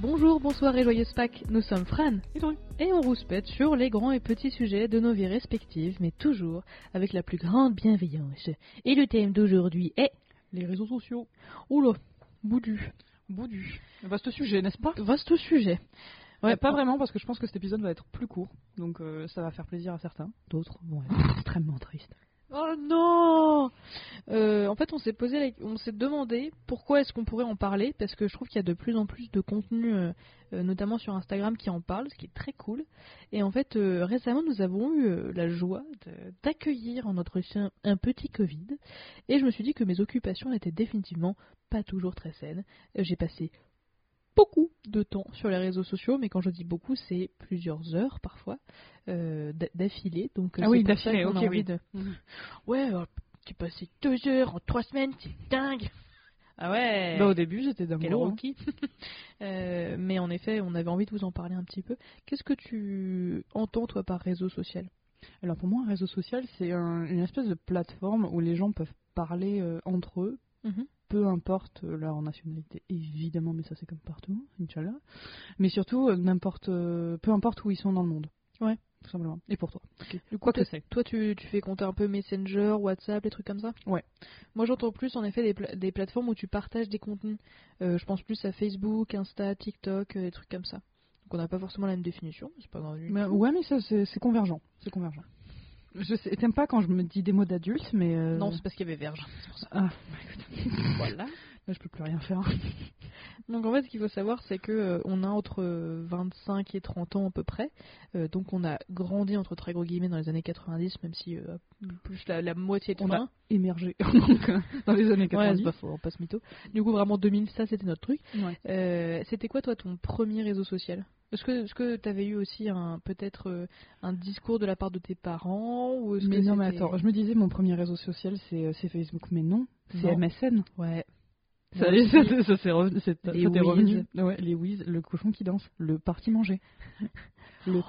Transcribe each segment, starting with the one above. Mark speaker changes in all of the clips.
Speaker 1: Bonjour, bonsoir et joyeuse Pâques, nous sommes Fran
Speaker 2: Et Dru.
Speaker 1: et on rouspète sur les grands et petits sujets de nos vies respectives, mais toujours avec la plus grande bienveillance. Et le thème d'aujourd'hui est...
Speaker 2: Les réseaux sociaux.
Speaker 1: Oula, boudu.
Speaker 2: Boudu. Vaste sujet, n'est-ce pas
Speaker 1: Vaste sujet.
Speaker 2: Euh, Pas vraiment, parce que je pense que cet épisode va être plus court. Donc euh, ça va faire plaisir à certains. D'autres vont être extrêmement tristes.
Speaker 1: Oh non Euh, En fait, on s'est posé, la- on s'est demandé pourquoi est-ce qu'on pourrait en parler parce que je trouve qu'il y a de plus en plus de contenu, euh, euh, notamment sur Instagram, qui en parle, ce qui est très cool. Et en fait, euh, récemment, nous avons eu euh, la joie de- d'accueillir en notre sein un petit Covid, et je me suis dit que mes occupations n'étaient définitivement pas toujours très saines. Euh, J'ai passé beaucoup de temps sur les réseaux sociaux, mais quand je dis beaucoup, c'est plusieurs heures parfois euh, d'a- d'affilée. Donc euh,
Speaker 2: Ah oui,
Speaker 1: c'est pour ça
Speaker 2: d'affilée,
Speaker 1: qu'on a
Speaker 2: ok,
Speaker 1: envie
Speaker 2: oui.
Speaker 1: de-
Speaker 2: Mhm.
Speaker 1: Ouais, euh, tu passé deux heures en trois semaines, c'est dingue. Ah ouais.
Speaker 2: Bah, au début, j'étais d'un
Speaker 1: Quel rookie. Euh, mais en effet, on avait envie de vous en parler un petit peu. Qu'est-ce que tu entends toi par réseau social
Speaker 2: Alors pour moi, un réseau social, c'est un- une espèce de plateforme où les gens peuvent parler euh, entre eux, peu importe euh, leur nationalité, évidemment, mais ça c'est comme partout, Inch'Allah. Mais surtout, euh, n'importe, euh, peu importe où ils sont dans le monde.
Speaker 1: Ouais.
Speaker 2: Tout simplement. Et pour toi.
Speaker 1: Du
Speaker 2: Quoi que c'est.
Speaker 1: Toi, tu, tu fais compter un peu Messenger, WhatsApp, des trucs comme ça
Speaker 2: Ouais.
Speaker 1: Moi, j'entends plus en effet des, pla- des plateformes où tu partages des contenus. Euh, je pense plus à Facebook, Insta, TikTok, euh, des trucs comme ça. Donc, on n'a pas forcément la même définition, mais c'est pas grave. du
Speaker 2: Mais,
Speaker 1: tout.
Speaker 2: ouais, mais ça, c'est c'est convergent. C'est convergent. Je sais- t'aimes pas quand je me dis des mots d'adulte, mais. euh,
Speaker 1: Non, c'est parce qu'il y avait Verge. C'est pour ça.
Speaker 2: Ah, bah, écoute,
Speaker 1: Voilà.
Speaker 2: là, je peux plus rien faire.
Speaker 1: Donc en fait, ce qu'il faut savoir, c'est que euh, on a entre euh, 25 et 30 ans à peu près. Euh, donc on a grandi entre très gros guillemets dans les années 90, même si euh, plus la, la moitié de
Speaker 2: On a
Speaker 1: fin.
Speaker 2: Émergé donc, euh, dans les années
Speaker 1: Ouais, c'est
Speaker 2: 90.
Speaker 1: pas faux, on passe mytho. Du coup, vraiment 2000, ça c'était notre truc.
Speaker 2: Ouais.
Speaker 1: Euh, c'était quoi toi ton premier réseau social Est-ce que est-ce que t'avais eu aussi un peut-être euh, un discours de la part de tes parents ou est-ce
Speaker 2: Mais
Speaker 1: que
Speaker 2: non, mais
Speaker 1: c'était-
Speaker 2: attends, je me disais mon premier réseau social c'est euh, c'est Facebook, mais non, c'est
Speaker 1: Non.
Speaker 2: MSN.
Speaker 1: Ouais.
Speaker 2: Ça,
Speaker 1: Moi aussi.
Speaker 2: ça, ça, ça, c'est revenu- c'est- ça
Speaker 1: Les
Speaker 2: t'est
Speaker 1: whiz.
Speaker 2: revenu. Ouais, les whiz, le cochon qui danse, le parti manger. Le...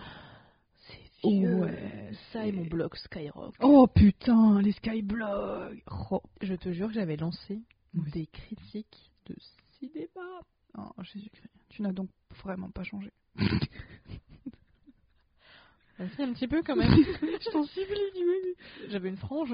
Speaker 1: C'est vieux.
Speaker 2: Oh, Ouais,
Speaker 1: Ça et mon blog Skyrock.
Speaker 2: Oh putain, les skyblogs oh,
Speaker 1: Je te jure que j'avais lancé
Speaker 2: Oui.
Speaker 1: des critiques de cinéma.
Speaker 2: oh, Jésus-Christ, tu n'as donc vraiment pas changé.
Speaker 1: Merci un petit peu quand même. je t'en supplie. J'avais une frange.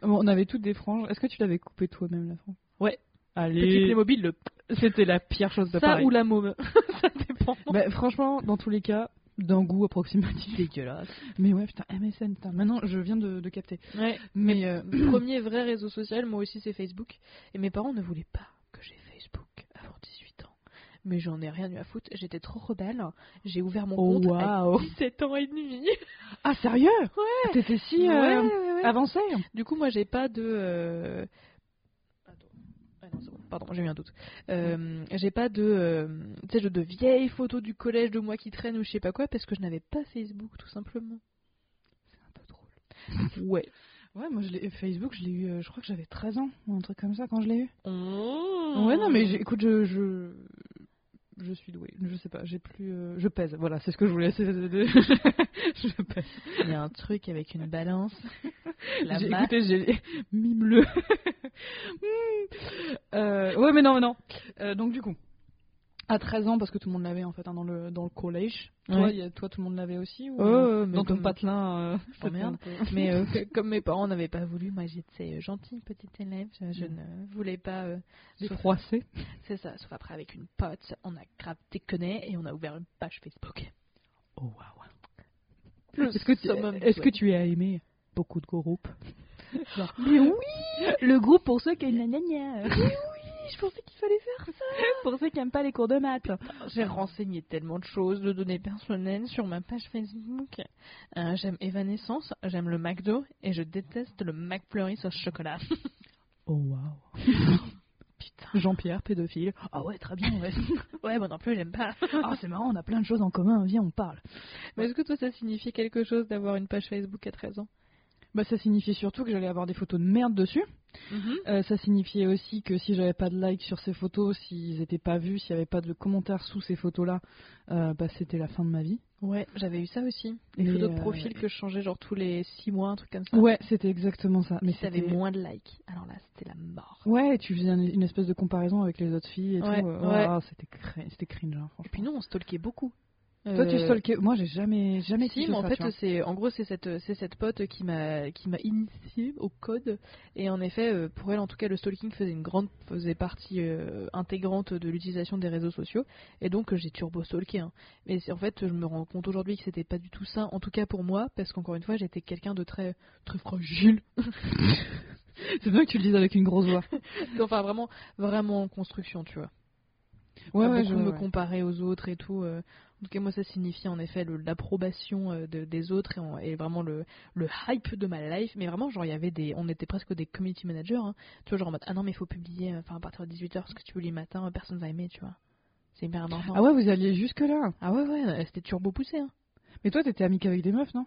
Speaker 2: Bon, on avait toutes des franges. Est-ce que tu l'avais coupé toi-même la frange
Speaker 1: Ouais. Petit
Speaker 2: Allez,
Speaker 1: Playmobil, le
Speaker 2: c'était la pire chose de
Speaker 1: ça
Speaker 2: Paris.
Speaker 1: ou la môme. ça dépend.
Speaker 2: Bah, franchement, dans tous les cas, d'un goût approximatif.
Speaker 1: Dégueulasse.
Speaker 2: Mais ouais, putain, MSN, putain. Maintenant, je viens de, de capter.
Speaker 1: Ouais.
Speaker 2: Mais,
Speaker 1: Mais
Speaker 2: euh,
Speaker 1: premier vrai réseau social, moi aussi c'est Facebook. Et mes parents ne voulaient pas que j'aie Facebook avant 18 ans. Mais j'en ai rien eu à foutre. J'étais trop rebelle. J'ai ouvert mon
Speaker 2: Oh,
Speaker 1: compte à
Speaker 2: waouh.
Speaker 1: 17 ans et demi.
Speaker 2: Ah, sérieux Ouais T'étais si euh,
Speaker 1: Ouais, ouais, ouais.
Speaker 2: avancée
Speaker 1: Du coup, moi, j'ai pas de. euh, Attends. Ah non, c'est bon. Pardon, j'ai eu un doute. Euh, j'ai pas de, euh, tu sais, de- de vieilles photos du collège de moi qui traînent ou je sais pas quoi parce que je n'avais pas Facebook, tout simplement.
Speaker 2: C'est un peu drôle.
Speaker 1: Ouais.
Speaker 2: Ouais, moi, je l'ai- Facebook, je l'ai eu, euh, je crois que j'avais 13 ans, ou un truc comme ça, quand je l'ai eu.
Speaker 1: Oh.
Speaker 2: Ouais, non, mais j'ai- écoute, je... je... Je suis douée, je sais pas, j'ai plus. euh, Je pèse, voilà, c'est ce que je voulais. c'est- je pèse.
Speaker 1: Il y a un truc avec une balance. La
Speaker 2: J'ai-
Speaker 1: masse.
Speaker 2: écoutez, j'ai mime-le. Mm. Euh, ouais, mais non, mais non. Euh, donc du coup, à 13 ans, parce que tout le monde l'avait en fait hein, dans le dans le collège. Toi,
Speaker 1: Ouais.
Speaker 2: il y a- toi, tout le monde l'avait aussi ou
Speaker 1: Ouais, ouais, Oh, mais
Speaker 2: dans ton
Speaker 1: comme-
Speaker 2: patelin euh,
Speaker 1: Oh, merde. Mais euh, que- comme mes parents n'avaient pas voulu, moi j'étais euh, gentille petite élève, je, je ne voulais pas. euh,
Speaker 2: les
Speaker 1: Mm. sauf-
Speaker 2: froissés.
Speaker 1: C'est ça, sauf après avec une pote, on a grave déconné et on a ouvert une page Facebook.
Speaker 2: Oh waouh. Est-ce que tu,
Speaker 1: summum du
Speaker 2: est-ce que
Speaker 1: web.
Speaker 2: tu as aimé beaucoup de groupes
Speaker 1: Mais oui,
Speaker 2: Le groupe pour ceux qui
Speaker 1: je pensais qu'il fallait faire
Speaker 2: pour ceux qui aiment pas les cours de maths.
Speaker 1: J'ai renseigné tellement de choses, de données personnelles sur ma page Facebook. Euh, j'aime Evanescence, j'aime le McDo et je déteste le McFlurry au chocolat.
Speaker 2: Oh waouh.
Speaker 1: Putain.
Speaker 2: Jean-Pierre pédophile. Ah ouais, très bien. Ouais.
Speaker 1: Ouais, moi non plus, j'aime pas.
Speaker 2: Ah c'est marrant, on a plein de choses en commun. Viens, on parle.
Speaker 1: Mais est-ce que toi, ça signifie quelque chose d'avoir une page Facebook à 13 ans
Speaker 2: Bah, ça signifiait surtout que j'allais avoir des photos de merde dessus.
Speaker 1: Mhm.
Speaker 2: Euh, ça signifiait aussi que si j'avais pas de like sur ces photos, s'ils n'étaient pas vus, s'il n'y avait pas de commentaires sous ces photos-là, euh, bah, c'était la fin de ma vie.
Speaker 1: Ouais, j'avais eu ça aussi.
Speaker 2: Et,
Speaker 1: Une photo
Speaker 2: euh,
Speaker 1: de profil que je changeais genre tous les 6 mois, un truc comme ça.
Speaker 2: Ouais, c'était exactement ça.
Speaker 1: Mais
Speaker 2: Mais
Speaker 1: ça avait
Speaker 2: c'était
Speaker 1: moins de likes. Alors là, c'était la mort.
Speaker 2: Ouais, et tu faisais un- une espèce de comparaison avec les autres filles et
Speaker 1: Ouais,
Speaker 2: tout. euh,
Speaker 1: ouais.
Speaker 2: ah, c'était cringe, c'était cringe, hein,
Speaker 1: Et
Speaker 2: franchement.
Speaker 1: puis nous, on stalkait beaucoup.
Speaker 2: Toi, tu
Speaker 1: Euh,
Speaker 2: stalkais. Moi, j'ai jamais, jamais
Speaker 1: si,
Speaker 2: kiffé
Speaker 1: mais en
Speaker 2: ça,
Speaker 1: fait,
Speaker 2: Ah, tu vois.
Speaker 1: c'est en gros c'est cette c'est cette pote qui m'a qui m'a initié au code et en effet euh, pour elle en tout cas le stalking faisait une grande faisait partie euh, intégrante de l'utilisation des réseaux sociaux et donc euh, j'ai turbo stalké hein. Mais c'est- en fait je me rends compte aujourd'hui que c'était pas du tout ça en tout cas pour moi parce qu'encore une fois j'étais quelqu'un de très très fragile euh,
Speaker 2: c'est bien que tu le dises avec une grosse voix.
Speaker 1: enfin vraiment vraiment en construction tu vois.
Speaker 2: Ouais,
Speaker 1: à
Speaker 2: ouais,
Speaker 1: Ah, beaucoup
Speaker 2: je-
Speaker 1: me
Speaker 2: ouais.
Speaker 1: comparer aux autres et tout. euh. En tout cas, moi, ça signifie en effet le- l'approbation euh, de- des autres et, en- et vraiment le, le hype de ma life. Mais vraiment, genre, il y avait des, on était presque des community managers. hein. Tu vois, genre en mode, ah non, mais il faut publier euh, enfin, à partir de 18h parce que tu publies le matin, euh, personne va aimer, tu vois. C'est hyper important.
Speaker 2: Ah ouais, vous alliez jusque là.
Speaker 1: Ah ouais, ouais, euh, c'était turbo poussé. Hein.
Speaker 2: Mais toi, t'étais amie qu'avec des meufs, non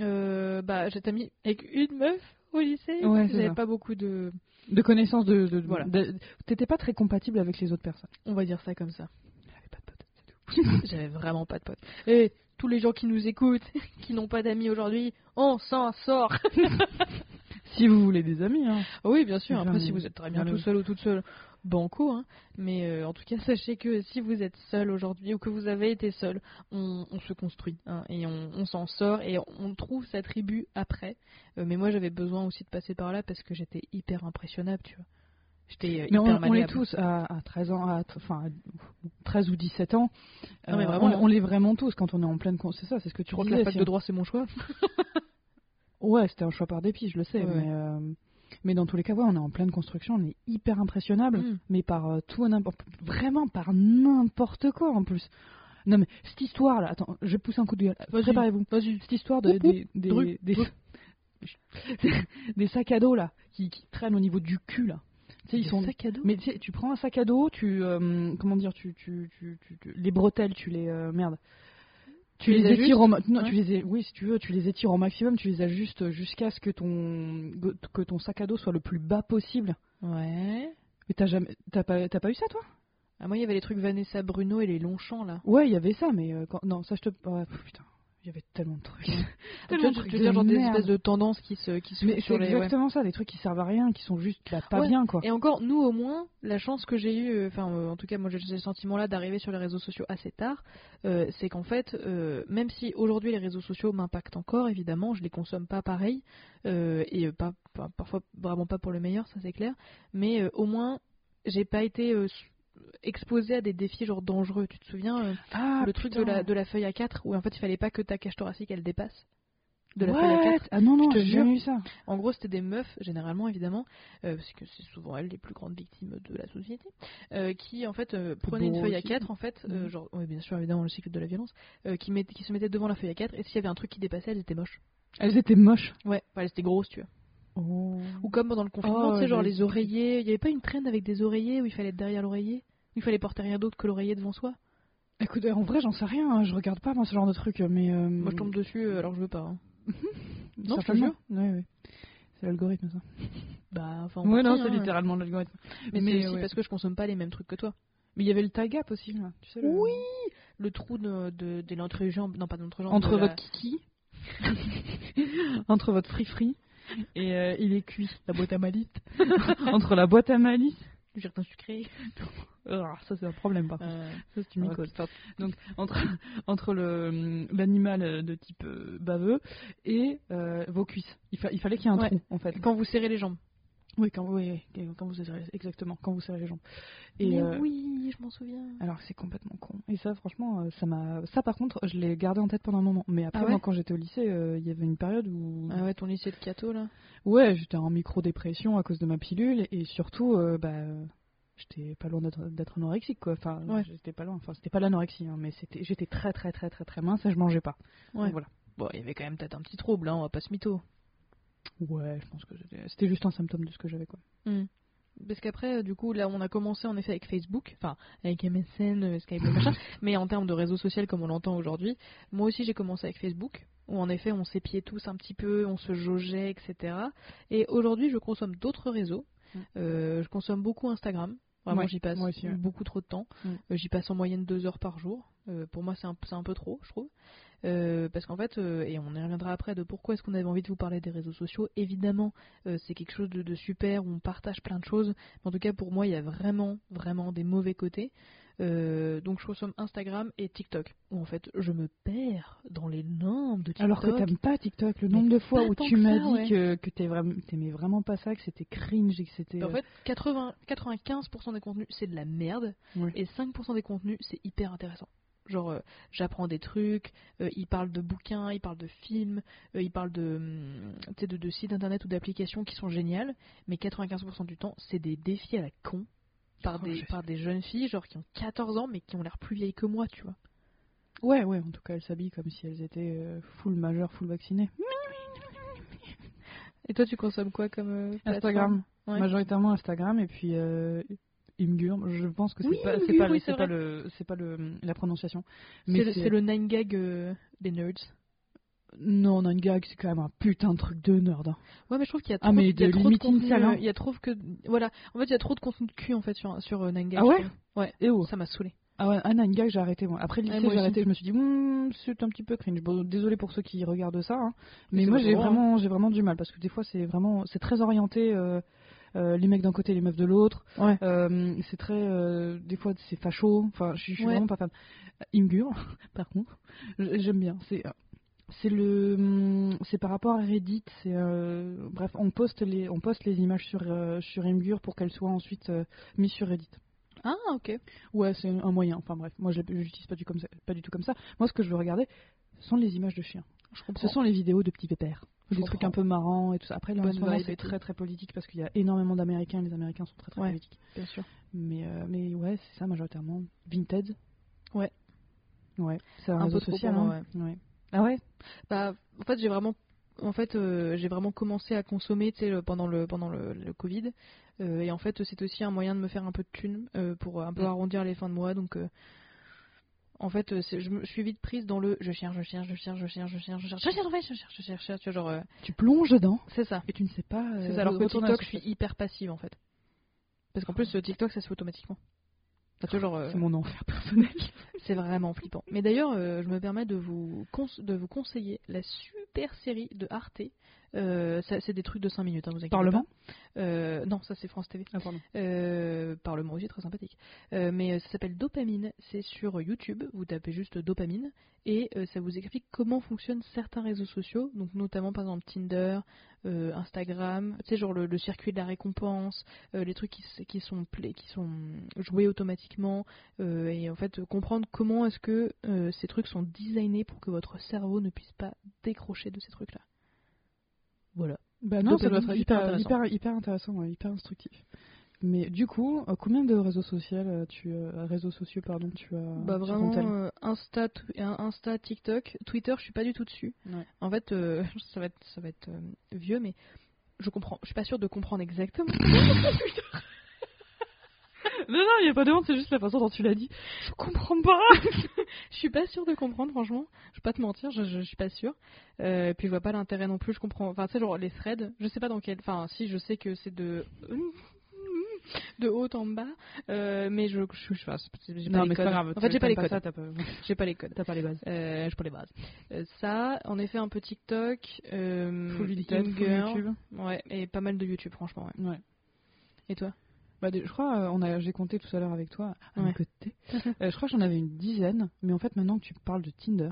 Speaker 1: Euh, bah, j'étais amie avec une meuf au lycée.
Speaker 2: Ouais, c'est
Speaker 1: J'avais
Speaker 2: ça.
Speaker 1: pas beaucoup de.
Speaker 2: De connaissances de. de- de-
Speaker 1: Voilà.
Speaker 2: de- T'étais pas très compatible avec les autres personnes.
Speaker 1: On va dire ça comme ça.
Speaker 2: J'avais pas de potes, c'est tout.
Speaker 1: J'avais vraiment pas de potes. Et tous les gens qui nous écoutent, qui n'ont pas d'amis aujourd'hui, on s'en sort
Speaker 2: Si vous voulez des amis, hein.
Speaker 1: Ah Oui, bien sûr.
Speaker 2: Enfin,
Speaker 1: Après,
Speaker 2: mais-
Speaker 1: si vous êtes très bien
Speaker 2: voilà.
Speaker 1: tout seul ou toute seule, banco. Hein. Mais euh, en tout cas, sachez que si vous êtes seul aujourd'hui ou que vous avez été seul, on, on se construit hein, et on, on s'en sort et on trouve sa tribu après. Euh, mais moi, j'avais besoin aussi de passer par là parce que j'étais hyper impressionnable, tu vois. J'étais euh, hyper
Speaker 2: Mais on, on l'est
Speaker 1: malléable.
Speaker 2: tous à, à 13 ans, à, tr- enfin à 13 ou 17 ans.
Speaker 1: Non, mais
Speaker 2: Euh,
Speaker 1: vraiment.
Speaker 2: on, on l'est vraiment tous quand on est en pleine. con- C'est ça, c'est ce que tu
Speaker 1: Tu crois que
Speaker 2: disais.
Speaker 1: la fac
Speaker 2: si
Speaker 1: de
Speaker 2: on-
Speaker 1: droit, c'est mon choix
Speaker 2: Ouais, c'était un choix par dépit, je le sais.
Speaker 1: Ouais.
Speaker 2: Mais, euh, mais dans tous les cas, ouais, on est en pleine construction, on est hyper impressionnable.
Speaker 1: Mm.
Speaker 2: Ah, Mais par euh, tout, et n'importe, vraiment par n'importe quoi en plus. Non mais cette histoire là, attends, je pousse un coup de gueule.
Speaker 1: Vas-y.
Speaker 2: Préparez-vous.
Speaker 1: Vas-y.
Speaker 2: Cette histoire de,
Speaker 1: Oup, oup,
Speaker 2: des, des,
Speaker 1: dru,
Speaker 2: des-
Speaker 1: dru.
Speaker 2: des sacs à dos là, qui, qui traînent au niveau du cul là. Tu sais, ils
Speaker 1: Des
Speaker 2: sont
Speaker 1: sacs à dos
Speaker 2: mais tu sais, tu prends un sac à dos, tu euh, comment dire, tu, tu, tu, tu- tu- les bretelles, tu les euh, merde.
Speaker 1: Tu
Speaker 2: Tu, les,
Speaker 1: les ajustes
Speaker 2: étires au ma- non,
Speaker 1: Ouais.
Speaker 2: tu les é- oui si tu veux, tu les étires au maximum, tu les ajustes jusqu'à ce que ton que ton sac à dos soit le plus bas possible.
Speaker 1: Ouais.
Speaker 2: Mais t'as jamais t'as pas t'as pas eu ça toi
Speaker 1: Ah, moi, il y avait les trucs Vanessa Bruno et les Longchamps là.
Speaker 2: Ouais, il y avait ça, mais euh, quand... non ça je te ouais, pff, putain, il y avait tellement de trucs.
Speaker 1: Tu
Speaker 2: Tellement
Speaker 1: vois,
Speaker 2: de
Speaker 1: tu-
Speaker 2: trucs
Speaker 1: tu veux
Speaker 2: de
Speaker 1: dire genre des
Speaker 2: merde.
Speaker 1: espèces de tendances qui se qui se
Speaker 2: Mais
Speaker 1: foutent
Speaker 2: c'est
Speaker 1: sur les. ouais.
Speaker 2: exactement ça, des trucs qui servent à rien, qui sont juste bah, pas
Speaker 1: Ouais.
Speaker 2: bien quoi.
Speaker 1: Et encore, nous au moins, la chance que j'ai eue, euh, enfin euh, en tout cas moi j'ai ce sentiment-là d'arriver sur les réseaux sociaux assez tard, euh, c'est qu'en fait, euh, même si aujourd'hui les réseaux sociaux m'impactent encore, évidemment, je les consomme pas pareil, euh, et euh, pas, pas- parfois vraiment pas pour le meilleur, ça c'est clair, mais euh, au moins j'ai pas été euh, s- exposée à des défis genre dangereux, tu te souviens euh,
Speaker 2: Ah,
Speaker 1: le truc de
Speaker 2: putain.
Speaker 1: la, de la feuille A4 où en fait il fallait pas que ta cage thoracique elle dépasse de la feuille A4
Speaker 2: What Ah non non,
Speaker 1: Je te
Speaker 2: j'ai jamais eu ça.
Speaker 1: en gros, c'était des meufs, généralement, évidemment, euh, parce que c'est souvent elles les plus grandes victimes de la société, euh, qui, en fait, euh, prenaient une
Speaker 2: bon
Speaker 1: feuille à
Speaker 2: aussi.
Speaker 1: 4, en fait, euh,
Speaker 2: Mhm.
Speaker 1: genre, oui, bien sûr, évidemment, le cycle de la violence, euh, qui, met- qui se mettaient devant la feuille à 4, et s'il y avait un truc qui dépassait, elles étaient moches.
Speaker 2: Elles étaient moches.
Speaker 1: Ouais, enfin, elles étaient grosses, tu vois. Ou comme pendant le confinement,
Speaker 2: Oh,
Speaker 1: tu sais, genre
Speaker 2: j'ai-
Speaker 1: les oreillers, il n'y avait pas une traîne avec des oreillers où il fallait être derrière l'oreiller Où Il fallait porter rien d'autre que l'oreiller devant soi
Speaker 2: Écoute, en vrai, j'en sais rien. hein. Je regarde pas moi ce genre de truc, mais euh,
Speaker 1: Moi, je tombe dessus, euh, alors je veux pas. hein. non, je te
Speaker 2: certainement.
Speaker 1: jure.
Speaker 2: Ouais, ouais. C'est l'algorithme ça.
Speaker 1: Bah, enfin, on
Speaker 2: Ouais,
Speaker 1: peut
Speaker 2: non,
Speaker 1: dire,
Speaker 2: c'est
Speaker 1: hein.
Speaker 2: littéralement l'algorithme.
Speaker 1: Mais,
Speaker 2: Mais,
Speaker 1: c'est aussi
Speaker 2: ouais.
Speaker 1: parce que je consomme pas les mêmes trucs que toi.
Speaker 2: Mais il y avait le tie gap aussi, là. Tu sais, le-
Speaker 1: Oui. Le trou de, de, de l'entrejambe, non pas de l'entrejambe,
Speaker 2: entre
Speaker 1: de la-
Speaker 2: votre kiki, entre votre free free et euh, il est cuit, la boîte à malice, entre la boîte à malice.
Speaker 1: du jardin sucré.
Speaker 2: Ah, ça c'est un problème par contre.
Speaker 1: Euh,
Speaker 2: Ça, c'est une
Speaker 1: ok.
Speaker 2: mycose. Donc entre entre le l'animal euh, de type euh, baveux et euh, vos cuisses. Il, fa- il fallait qu'il y ait un
Speaker 1: Ouais.
Speaker 2: trou en fait.
Speaker 1: Quand vous serrez les jambes.
Speaker 2: Oui, quand, oui, oui, quand vous serrez, exactement, quand vous serrez les jambes. Et, euh,
Speaker 1: oui, je m'en souviens.
Speaker 2: Alors c'est complètement con. Et ça, franchement, euh, ça m'a. Ça, par contre, je l'ai gardé en tête pendant un moment. Mais après,
Speaker 1: Ah ouais
Speaker 2: moi, quand j'étais au lycée, euh, il y avait une période où.
Speaker 1: Ah ouais, ton lycée de Cato là.
Speaker 2: Ouais, j'étais en micro-dépression à cause de ma pilule et surtout, euh, bah, euh, j'étais pas loin d'être- d'être anorexique, quoi. Enfin,
Speaker 1: Ouais.
Speaker 2: j'étais pas loin. Enfin, c'était pas l'anorexie, hein, mais c'était, j'étais très, très, très, très, très mince et je mangeais pas.
Speaker 1: Ouais.
Speaker 2: Voilà.
Speaker 1: Bon, il y avait quand même peut-être un petit trouble, hein, on va pas se mytho.
Speaker 2: Ouais, je pense que j'étais- c'était juste un symptôme de ce que j'avais, quoi.
Speaker 1: parce qu'après, euh, du coup, là, on a commencé en effet avec Facebook, enfin, avec MSN, euh, Skype, machin, mais en termes de réseau social comme on l'entend aujourd'hui, moi aussi j'ai commencé avec Facebook, où en effet on s'épiait tous un petit peu, on se jaugeait, etc. Et aujourd'hui, je consomme d'autres réseaux.
Speaker 2: Mm.
Speaker 1: Euh, je consomme beaucoup Instagram. Vraiment,
Speaker 2: Ouais,
Speaker 1: j'y passe
Speaker 2: moi aussi, ouais.
Speaker 1: beaucoup trop de temps.
Speaker 2: Mm.
Speaker 1: Euh, j'y passe en moyenne deux heures par jour. Euh, pour moi, c'est un, c'est un peu trop, je trouve. Euh, parce qu'en fait, euh, et on y reviendra après de pourquoi est-ce qu'on avait envie de vous parler des réseaux sociaux. Évidemment, euh, c'est quelque chose de, de super, où on partage plein de choses. En tout cas, pour moi, il y a vraiment, vraiment des mauvais côtés. Euh, donc, je consomme Instagram et TikTok, où en fait, je me perds dans les normes de TikTok.
Speaker 2: Alors que t'aimes pas TikTok, le nombre
Speaker 1: Mais
Speaker 2: de fois
Speaker 1: pas
Speaker 2: où
Speaker 1: tant
Speaker 2: tu
Speaker 1: que ça,
Speaker 2: m'as dit
Speaker 1: ouais.
Speaker 2: que, que t'es vraiment- t'aimais vraiment pas ça, que c'était cringe et que c'était.
Speaker 1: Mais Bah, En fait, 80, 95% des contenus, c'est de la merde.
Speaker 2: Ouais.
Speaker 1: Et 5% des contenus, c'est hyper intéressant. Genre, euh, j'apprends des trucs, euh, ils parlent de bouquins, ils parlent de films, euh, ils parlent de, hum, tu sais, de, de sites internet ou d'applications qui sont géniales. Mais 95% du temps, c'est des défis à la con par,
Speaker 2: Oh,
Speaker 1: des,
Speaker 2: je
Speaker 1: par des jeunes filles, genre qui ont 14 ans, mais qui ont l'air plus vieilles que moi, tu vois.
Speaker 2: euh, Ouais, ouais, en tout cas, elles s'habillent comme si elles étaient euh, full majeures, full vaccinées.
Speaker 1: Et toi, tu consommes quoi comme euh, plateforme
Speaker 2: Instagram,
Speaker 1: Ouais.
Speaker 2: majoritairement Instagram, et puis euh, Imgur, je pense que c'est
Speaker 1: Oui,
Speaker 2: pas, c'est
Speaker 1: Imgur,
Speaker 2: pas, le-
Speaker 1: oui, c'est
Speaker 2: c'est pas
Speaker 1: vrai.
Speaker 2: le, c'est pas le, la prononciation.
Speaker 1: C'est le-
Speaker 2: c'est-
Speaker 1: C'est le 9 gag euh, des nerds.
Speaker 2: Non, non, une gag, c'est quand même un putain de truc de nerd. hein.
Speaker 1: Ouais, mais je trouve qu'il y a trop,
Speaker 2: Ah, mais
Speaker 1: il y a
Speaker 2: de
Speaker 1: trop de
Speaker 2: limite
Speaker 1: contenu.
Speaker 2: initial, hein.
Speaker 1: Il y a trop que voilà. En fait, il y a trop de contenu de cul en fait sur sur euh, Nine Gag,
Speaker 2: Ah ouais
Speaker 1: je trouve. Ouais.
Speaker 2: Eh oh.
Speaker 1: Ça m'a saoulé.
Speaker 2: Ah ouais, ah non, une gag, j'ai arrêté moi. Après le
Speaker 1: Ouais,
Speaker 2: lycée,
Speaker 1: moi
Speaker 2: j'ai
Speaker 1: aussi.
Speaker 2: arrêté, je me suis dit, Hum, c'est un petit peu cringe. Bon, désolé pour ceux qui regardent ça, hein, mais
Speaker 1: C'est
Speaker 2: moi
Speaker 1: votre
Speaker 2: j'ai
Speaker 1: droit, hein.
Speaker 2: vraiment, j'ai vraiment du mal parce que des fois c'est vraiment, c'est très orienté. euh, euh, les mecs d'un côté, les meufs de l'autre.
Speaker 1: Ouais.
Speaker 2: Euh, c'est très, euh, des fois c'est facho. Enfin, je suis je suis
Speaker 1: Ouais.
Speaker 2: vraiment pas fan. Imgur, par contre, j- j'aime bien. C'est, euh, c'est le, hum, c'est par rapport à Reddit. C'est, euh, bref, on poste les, on poste les images sur euh, sur Imgur pour qu'elles soient ensuite euh, mises sur Reddit.
Speaker 1: Ah ok.
Speaker 2: Ouais, c'est un moyen. Enfin bref, moi je l'utilise pas du, comme ça, pas du tout comme ça. Moi, ce que je veux regarder, ce sont les images de chiens.
Speaker 1: Je comprends.
Speaker 2: Ce sont les vidéos de petits pépères.
Speaker 1: Je
Speaker 2: Des trucs
Speaker 1: comprends.
Speaker 2: un peu marrants et tout ça. Après, là, en
Speaker 1: Bonne
Speaker 2: ce moment,
Speaker 1: vibe et
Speaker 2: c'est
Speaker 1: tout.
Speaker 2: très très politique parce qu'il y a énormément d'Américains et les Américains sont très très
Speaker 1: Ouais.
Speaker 2: politiques.
Speaker 1: bien sûr.
Speaker 2: Mais, euh, mais ouais, c'est ça majoritairement. Vinted.
Speaker 1: Ouais.
Speaker 2: Ouais, c'est un,
Speaker 1: Un
Speaker 2: réseau
Speaker 1: peu trop
Speaker 2: social.
Speaker 1: pour moi,
Speaker 2: hein. Ouais. Ah ouais
Speaker 1: Bah, en fait, j'ai vraiment, en fait, euh, j'ai vraiment commencé à consommer, tu sais, le- pendant le pendant le, le Covid. Euh, et en fait, c'est aussi un moyen de me faire un peu de thune euh, pour un peu
Speaker 2: Mm.
Speaker 1: arrondir les fins de mois. Donc, euh, en fait, euh, c'est- je, me- je suis vite prise dans le je cherche, je cherche, je cherche, je cherche, je cherche, je cherche, je cherche, je cherche, je cherche, je cherche, tu vois, genre, euh,
Speaker 2: Tu plonges dedans
Speaker 1: c'est ça.
Speaker 2: et tu ne sais pas. euh,
Speaker 1: C'est ça, alors que
Speaker 2: retourner à
Speaker 1: TikTok, je
Speaker 2: la
Speaker 1: suis
Speaker 2: surface.
Speaker 1: hyper passive en fait. Parce qu'en plus, euh, TikTok, ça se fait automatiquement. Enfin, tu vois, genre, euh,
Speaker 2: C'est mon enfer personnel.
Speaker 1: c'est vraiment flippant. Mais d'ailleurs, euh, je me permets de vous, cons- de vous conseiller la super série de Arte. Euh, ça, c'est des trucs de 5 minutes, hein, vous inquiétez
Speaker 2: Parlement
Speaker 1: pas. Euh, non, ça c'est France TV.
Speaker 2: Ah, pardon.
Speaker 1: Euh, Parlement aussi, très sympathique. Euh, mais euh, ça s'appelle Dopamine, c'est sur YouTube, vous tapez juste Dopamine, et euh, ça vous explique comment fonctionnent certains réseaux sociaux, donc notamment par exemple Tinder, euh, Instagram, tu sais, genre le, le circuit de la récompense, euh, les trucs qui, s- qui, sont, pla- qui sont joués automatiquement, euh, et en fait euh, comprendre comment est-ce que euh, ces trucs sont designés pour que votre cerveau ne puisse pas décrocher de ces trucs-là. Voilà.
Speaker 2: Bah non, ça doit
Speaker 1: Dopamine, hyper intéressant.
Speaker 2: être hyper, hyper, hyper intéressant, ouais, hyper instructif. Mais du coup, euh, combien de réseaux sociaux euh, tu euh, réseaux sociaux pardon tu as
Speaker 1: Bah
Speaker 2: sur
Speaker 1: vraiment,
Speaker 2: ton tel
Speaker 1: euh, Insta, tw- euh, Insta, TikTok, Twitter, je suis pas du tout dessus.
Speaker 2: Ouais.
Speaker 1: En fait, euh, ça va être, ça va être euh, vieux, mais je comprends. Je suis pas sûre de comprendre exactement.
Speaker 2: Non non, il y a pas de honte, c'est juste la façon dont tu l'as dit. Je comprends pas.
Speaker 1: je suis pas sûre de comprendre, franchement. Je vais pas te mentir, je, je, je suis pas sûre. Euh, puis je vois pas l'intérêt non plus. Je comprends. Enfin, tu sais, genre les threads. Je sais pas dans quel. Enfin, si, je sais que c'est de de haut en bas, euh, mais je, je, je, enfin, c'est- j'ai pas
Speaker 2: non
Speaker 1: les
Speaker 2: mais c'est
Speaker 1: codes.
Speaker 2: pas grave.
Speaker 1: en fait, j'ai pas les codes.
Speaker 2: T'as pas,
Speaker 1: J'ai pas les codes.
Speaker 2: les bases.
Speaker 1: Euh, je prends les bases. Euh, ça, en effet, un peu TikTok, euh,
Speaker 2: Full Vinted, full
Speaker 1: Younger,
Speaker 2: YouTube.
Speaker 1: ouais, et pas mal de YouTube, franchement. Ouais.
Speaker 2: Ouais.
Speaker 1: Et toi
Speaker 2: Bah, des- je crois, euh, on a, j'ai compté tout à l'heure avec toi, à
Speaker 1: Ouais.
Speaker 2: mes côtés. Euh, je crois que j'en avais une dizaine, mais en fait, maintenant que tu parles de Tinder,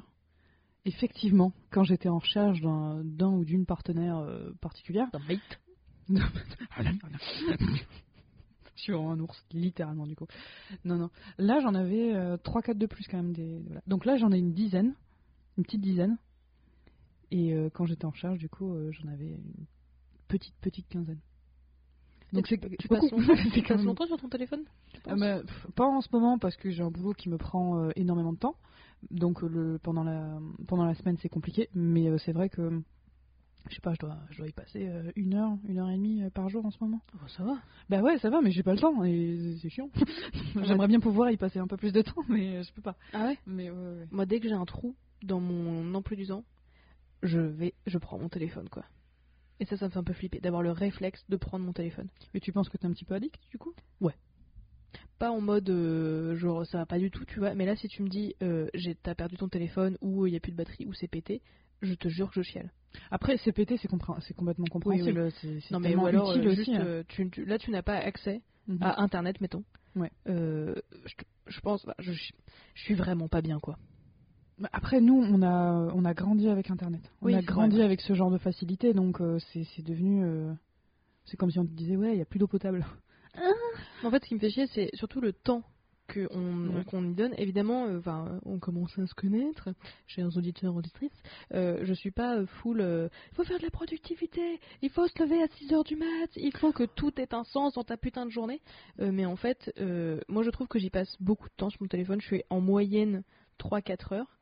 Speaker 2: effectivement, quand j'étais en recherche d'un, d'un ou d'une partenaire euh, particulière, Je suis vraiment un ours, littéralement, du coup. Non, non. Là, j'en avais 3-4 de plus, quand même. Des... voilà. Donc là, j'en ai une dizaine, une petite dizaine. Et euh, quand j'étais en charge, du coup, euh, j'en avais une petite, petite quinzaine. Donc c'est
Speaker 1: tu
Speaker 2: c'est
Speaker 1: passes,
Speaker 2: beaucoup.
Speaker 1: longtemps,
Speaker 2: C'est
Speaker 1: tu
Speaker 2: quand
Speaker 1: passes
Speaker 2: même-
Speaker 1: longtemps sur ton téléphone tu
Speaker 2: Ah,
Speaker 1: penses
Speaker 2: bah, pff, pas en ce moment parce que j'ai un boulot qui me prend euh, énormément de temps. Donc euh, le, pendant, la, pendant la semaine c'est compliqué. Mais euh, c'est vrai que je sais pas, je dois, je dois y passer euh, une heure, une heure et demie euh, par jour en ce moment.
Speaker 3: Oh, ça
Speaker 1: Ah,
Speaker 3: va.
Speaker 2: Bah ouais, ça va, mais j'ai pas le temps et c'est- c'est chiant. J'aimerais bien pouvoir y passer un peu plus de temps, mais euh, je peux pas.
Speaker 1: Ah ouais
Speaker 2: Mais ouais, ouais.
Speaker 1: Moi, dès que j'ai un trou dans mon emploi du temps, je vais, je prends mon téléphone, quoi. Et ça, ça me fait un peu flipper d'avoir le réflexe de prendre mon téléphone.
Speaker 2: Et tu penses que t'es un petit peu addict du coup
Speaker 1: Pas en mode euh, genre ça va pas du tout, tu vois. Mais là, si tu me dis euh, j'ai- t'as perdu ton téléphone ou il y a plus de batterie ou c'est pété, je te jure que je chiale.
Speaker 2: Après, c'est pété, c'est compré- c'est complètement compréhensible. C'est- C'est
Speaker 1: Non mais
Speaker 2: tellement
Speaker 1: ou alors euh,
Speaker 2: utile
Speaker 1: juste,
Speaker 2: aussi. hein.
Speaker 1: euh, tu- tu- là tu n'as pas accès
Speaker 2: Mhm.
Speaker 1: à internet mettons.
Speaker 2: Ouais.
Speaker 1: Euh, je, je pense, bah, je, je suis vraiment pas bien quoi.
Speaker 2: Bah, Après, nous, on a, on a grandi avec Internet. On
Speaker 1: Oui,
Speaker 2: a
Speaker 1: c'est
Speaker 2: grandi
Speaker 1: vrai.
Speaker 2: avec ce genre de facilité, donc euh, c'est c'est devenu. euh, c'est comme si on te disait, ouais, il n'y a plus d'eau potable.
Speaker 1: En fait, ce qui me fait chier, c'est surtout le temps que on-
Speaker 2: Ouais.
Speaker 1: qu'on y donne. Évidemment, euh, enfin, euh, on commence à se connaître, chez nos auditeurs auditrices. Euh, je suis pas euh, full. euh, Il faut faire de la productivité. Il faut se lever à 6 heures du mat. Il faut que tout ait un sens dans ta putain de journée. Euh, mais en fait, euh, moi, je trouve que j'y passe beaucoup de temps sur mon téléphone. Je suis en moyenne 3-4 heures.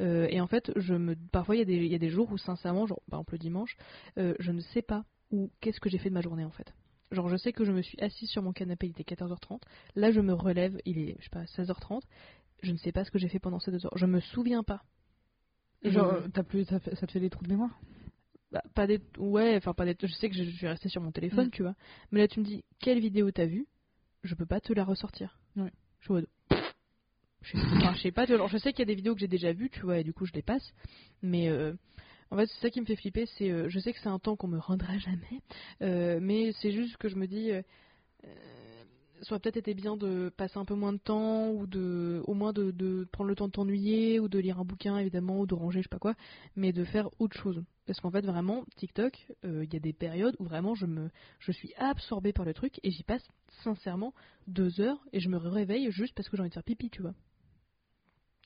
Speaker 1: Euh, et en fait, je me, parfois, il y, a des- il y a des jours où, sincèrement, genre, par exemple le dimanche, euh, je ne sais pas où qu'est-ce que j'ai fait de ma journée en fait. Genre, je sais que je me suis assise sur mon canapé, il était 14h30. Là, je me relève, il est, je sais pas, 16h30. Je ne sais pas ce que j'ai fait pendant ces deux heures. Je me souviens pas. Je-
Speaker 2: Genre, t'as plus, ça, fait- ça te fait des trous de mémoire
Speaker 1: bah, pas des, ouais, enfin pas des, je sais que je, je suis restée sur mon téléphone,
Speaker 2: Mm.
Speaker 1: tu vois. Mais là, tu me dis quelle vidéo t'as vue Je peux pas te la ressortir.
Speaker 2: Ouais.
Speaker 1: Je suis en mode, pff, je sais, enfin, je sais pas. tu vois, genre, je sais qu'il y a des vidéos que j'ai déjà vues, tu vois, et du coup, je les passe. Mais euh, en fait, c'est ça qui me fait flipper. C'est, euh, je sais que c'est un temps qu'on me rendra jamais, euh, mais c'est juste que je me dis. euh, euh, ça aurait peut-être été bien de passer un peu moins de temps ou de au moins de, de prendre le temps de t'ennuyer ou de lire un bouquin évidemment ou de ranger je sais pas quoi mais de faire autre chose parce qu'en fait vraiment TikTok euh, il y a des périodes où vraiment je me je suis absorbée par le truc et j'y passe sincèrement deux heures et je me réveille juste parce que j'ai envie de faire pipi tu vois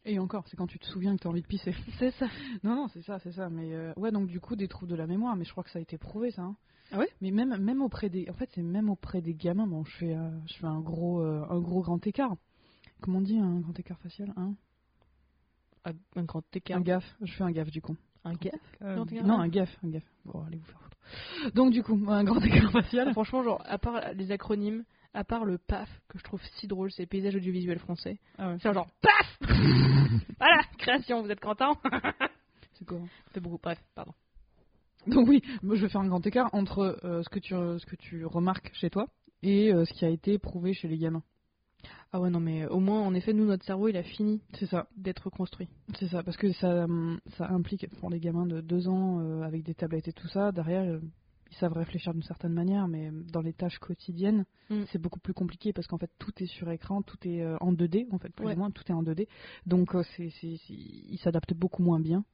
Speaker 2: Et encore, c'est quand tu te souviens que t'as envie de pisser.
Speaker 1: c'est ça
Speaker 2: non, non, c'est ça, c'est ça. Mais euh, ouais, donc du coup, des troubles de la mémoire, mais je crois que ça a été prouvé, ça. hein.
Speaker 1: Ah ouais
Speaker 2: Mais même, même auprès des, en fait, c'est même auprès des gamins. Bon, je fais, euh, je fais un gros, euh, un gros grand écart. Comment on dit un grand écart facial hein
Speaker 1: un, Ah, un grand écart
Speaker 2: Un gaffe. Je fais un gaffe du con.
Speaker 1: un gaffe
Speaker 2: Euh,
Speaker 1: Grand écart
Speaker 2: non,
Speaker 1: facial.
Speaker 2: un gaffe, un gaffe. Bon, allez vous faire foutre. Donc du coup, un grand écart
Speaker 1: Ah,
Speaker 2: facial.
Speaker 1: franchement genre à part les acronymes à part le PAF que je trouve si drôle c'est paysage audiovisuel français
Speaker 2: Ah
Speaker 1: c'est genre PAF voilà création vous êtes content
Speaker 2: C'est quoi
Speaker 1: c'est beaucoup bref pardon
Speaker 2: Donc oui, moi, je vais faire un grand écart entre euh, ce que tu ce que tu remarques chez toi et euh, ce qui a été prouvé chez les gamins.
Speaker 1: ah ouais non mais au moins en effet nous notre cerveau il a fini
Speaker 2: C'est ça,
Speaker 1: d'être construit
Speaker 2: c'est ça, parce que ça hum, ça implique pour les gamins de deux ans euh, avec des tablettes et tout ça derrière. euh, ils savent réfléchir d'une certaine manière, mais euh, dans les tâches quotidiennes,
Speaker 1: Mm.
Speaker 2: c'est beaucoup plus compliqué parce qu'en fait tout est sur écran, tout est euh, en 2D en fait, plus
Speaker 1: Ouais.
Speaker 2: ou moins tout est en 2D. Donc euh, c'est, c'est- c'est- ils s'adaptent beaucoup moins bien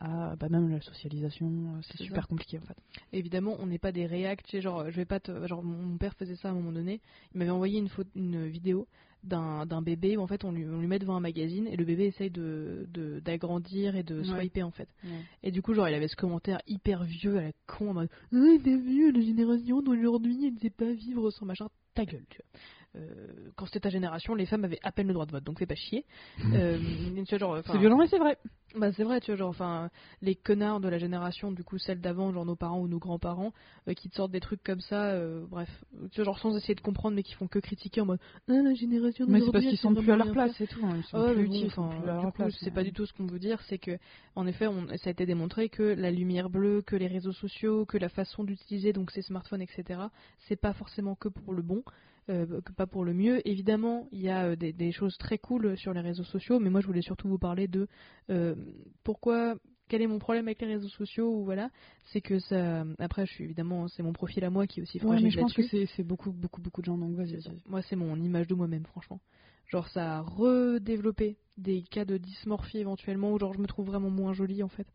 Speaker 2: à bah, même la socialisation, euh, c'est,
Speaker 1: C'est
Speaker 2: super compliqué en fait.
Speaker 1: Évidemment, on n'est pas des réacts, tu sais, genre, je vais pas te- genre, mon mon père faisait ça à un moment donné, il m'avait envoyé une, photo- une vidéo d'un d'un bébé où en fait on lui, on lui met devant un magazine et le bébé essaye d'agrandir de, d'agrandir et de
Speaker 2: Ouais.
Speaker 1: swiper en fait.
Speaker 2: Ouais.
Speaker 1: Et du coup, genre, il avait ce commentaire hyper vieux à la con en mode Ouais, t'es vieux, la génération d'aujourd'hui, elle ne sait pas vivre sans machin, ta gueule, tu vois. Euh, quand c'était ta génération, les femmes avaient à peine le droit de vote, donc fais pas chier. Euh, tu vois, genre,
Speaker 2: C'est
Speaker 1: enfin,
Speaker 2: violent mais c'est vrai.
Speaker 1: bah c'est vrai, tu vois, genre, enfin, les connards de la génération, du coup, celle d'avant, genre nos parents ou nos grands-parents, euh, qui te sortent des trucs comme ça, euh, bref, tu vois, genre sans essayer de comprendre, mais qui font que critiquer en mode, ah, la génération
Speaker 2: Mais c'est
Speaker 1: d'aujourd'hui,
Speaker 2: parce
Speaker 1: elle
Speaker 2: qu'ils
Speaker 1: sait
Speaker 2: sont plus à
Speaker 1: vraiment
Speaker 2: leur
Speaker 1: rien
Speaker 2: place, c'est tout. hein, Ils sont
Speaker 1: Ouais, mais
Speaker 2: plus
Speaker 1: bon,
Speaker 2: utiles, ils sont
Speaker 1: enfin,
Speaker 2: plus à
Speaker 1: du
Speaker 2: leur
Speaker 1: coup,
Speaker 2: place.
Speaker 1: c'est pas du tout ce qu'on veut dire, c'est que, en effet, on, ça a été démontré que la lumière bleue, que les réseaux sociaux, que la façon d'utiliser donc ces smartphones, etc., c'est pas forcément que pour le bon, euh, que pas pour le mieux. Évidemment, il y a euh, des, des choses très cool sur les réseaux sociaux, mais moi, je voulais surtout vous parler de euh, pourquoi. Quel est mon problème avec les réseaux sociaux ou voilà, c'est que ça. Après, je suis évidemment, c'est mon profil à moi qui est aussi
Speaker 2: Ouais,
Speaker 1: fragile
Speaker 2: mais je pense
Speaker 1: là-dessus.
Speaker 2: que c'est c'est beaucoup, beaucoup, beaucoup de gens. Donc vas-y, vas-y.
Speaker 1: Moi, c'est mon image de moi-même, franchement. Genre, ça a redéveloppé des cas de dysmorphie éventuellement, où genre je me trouve vraiment moins jolie en fait.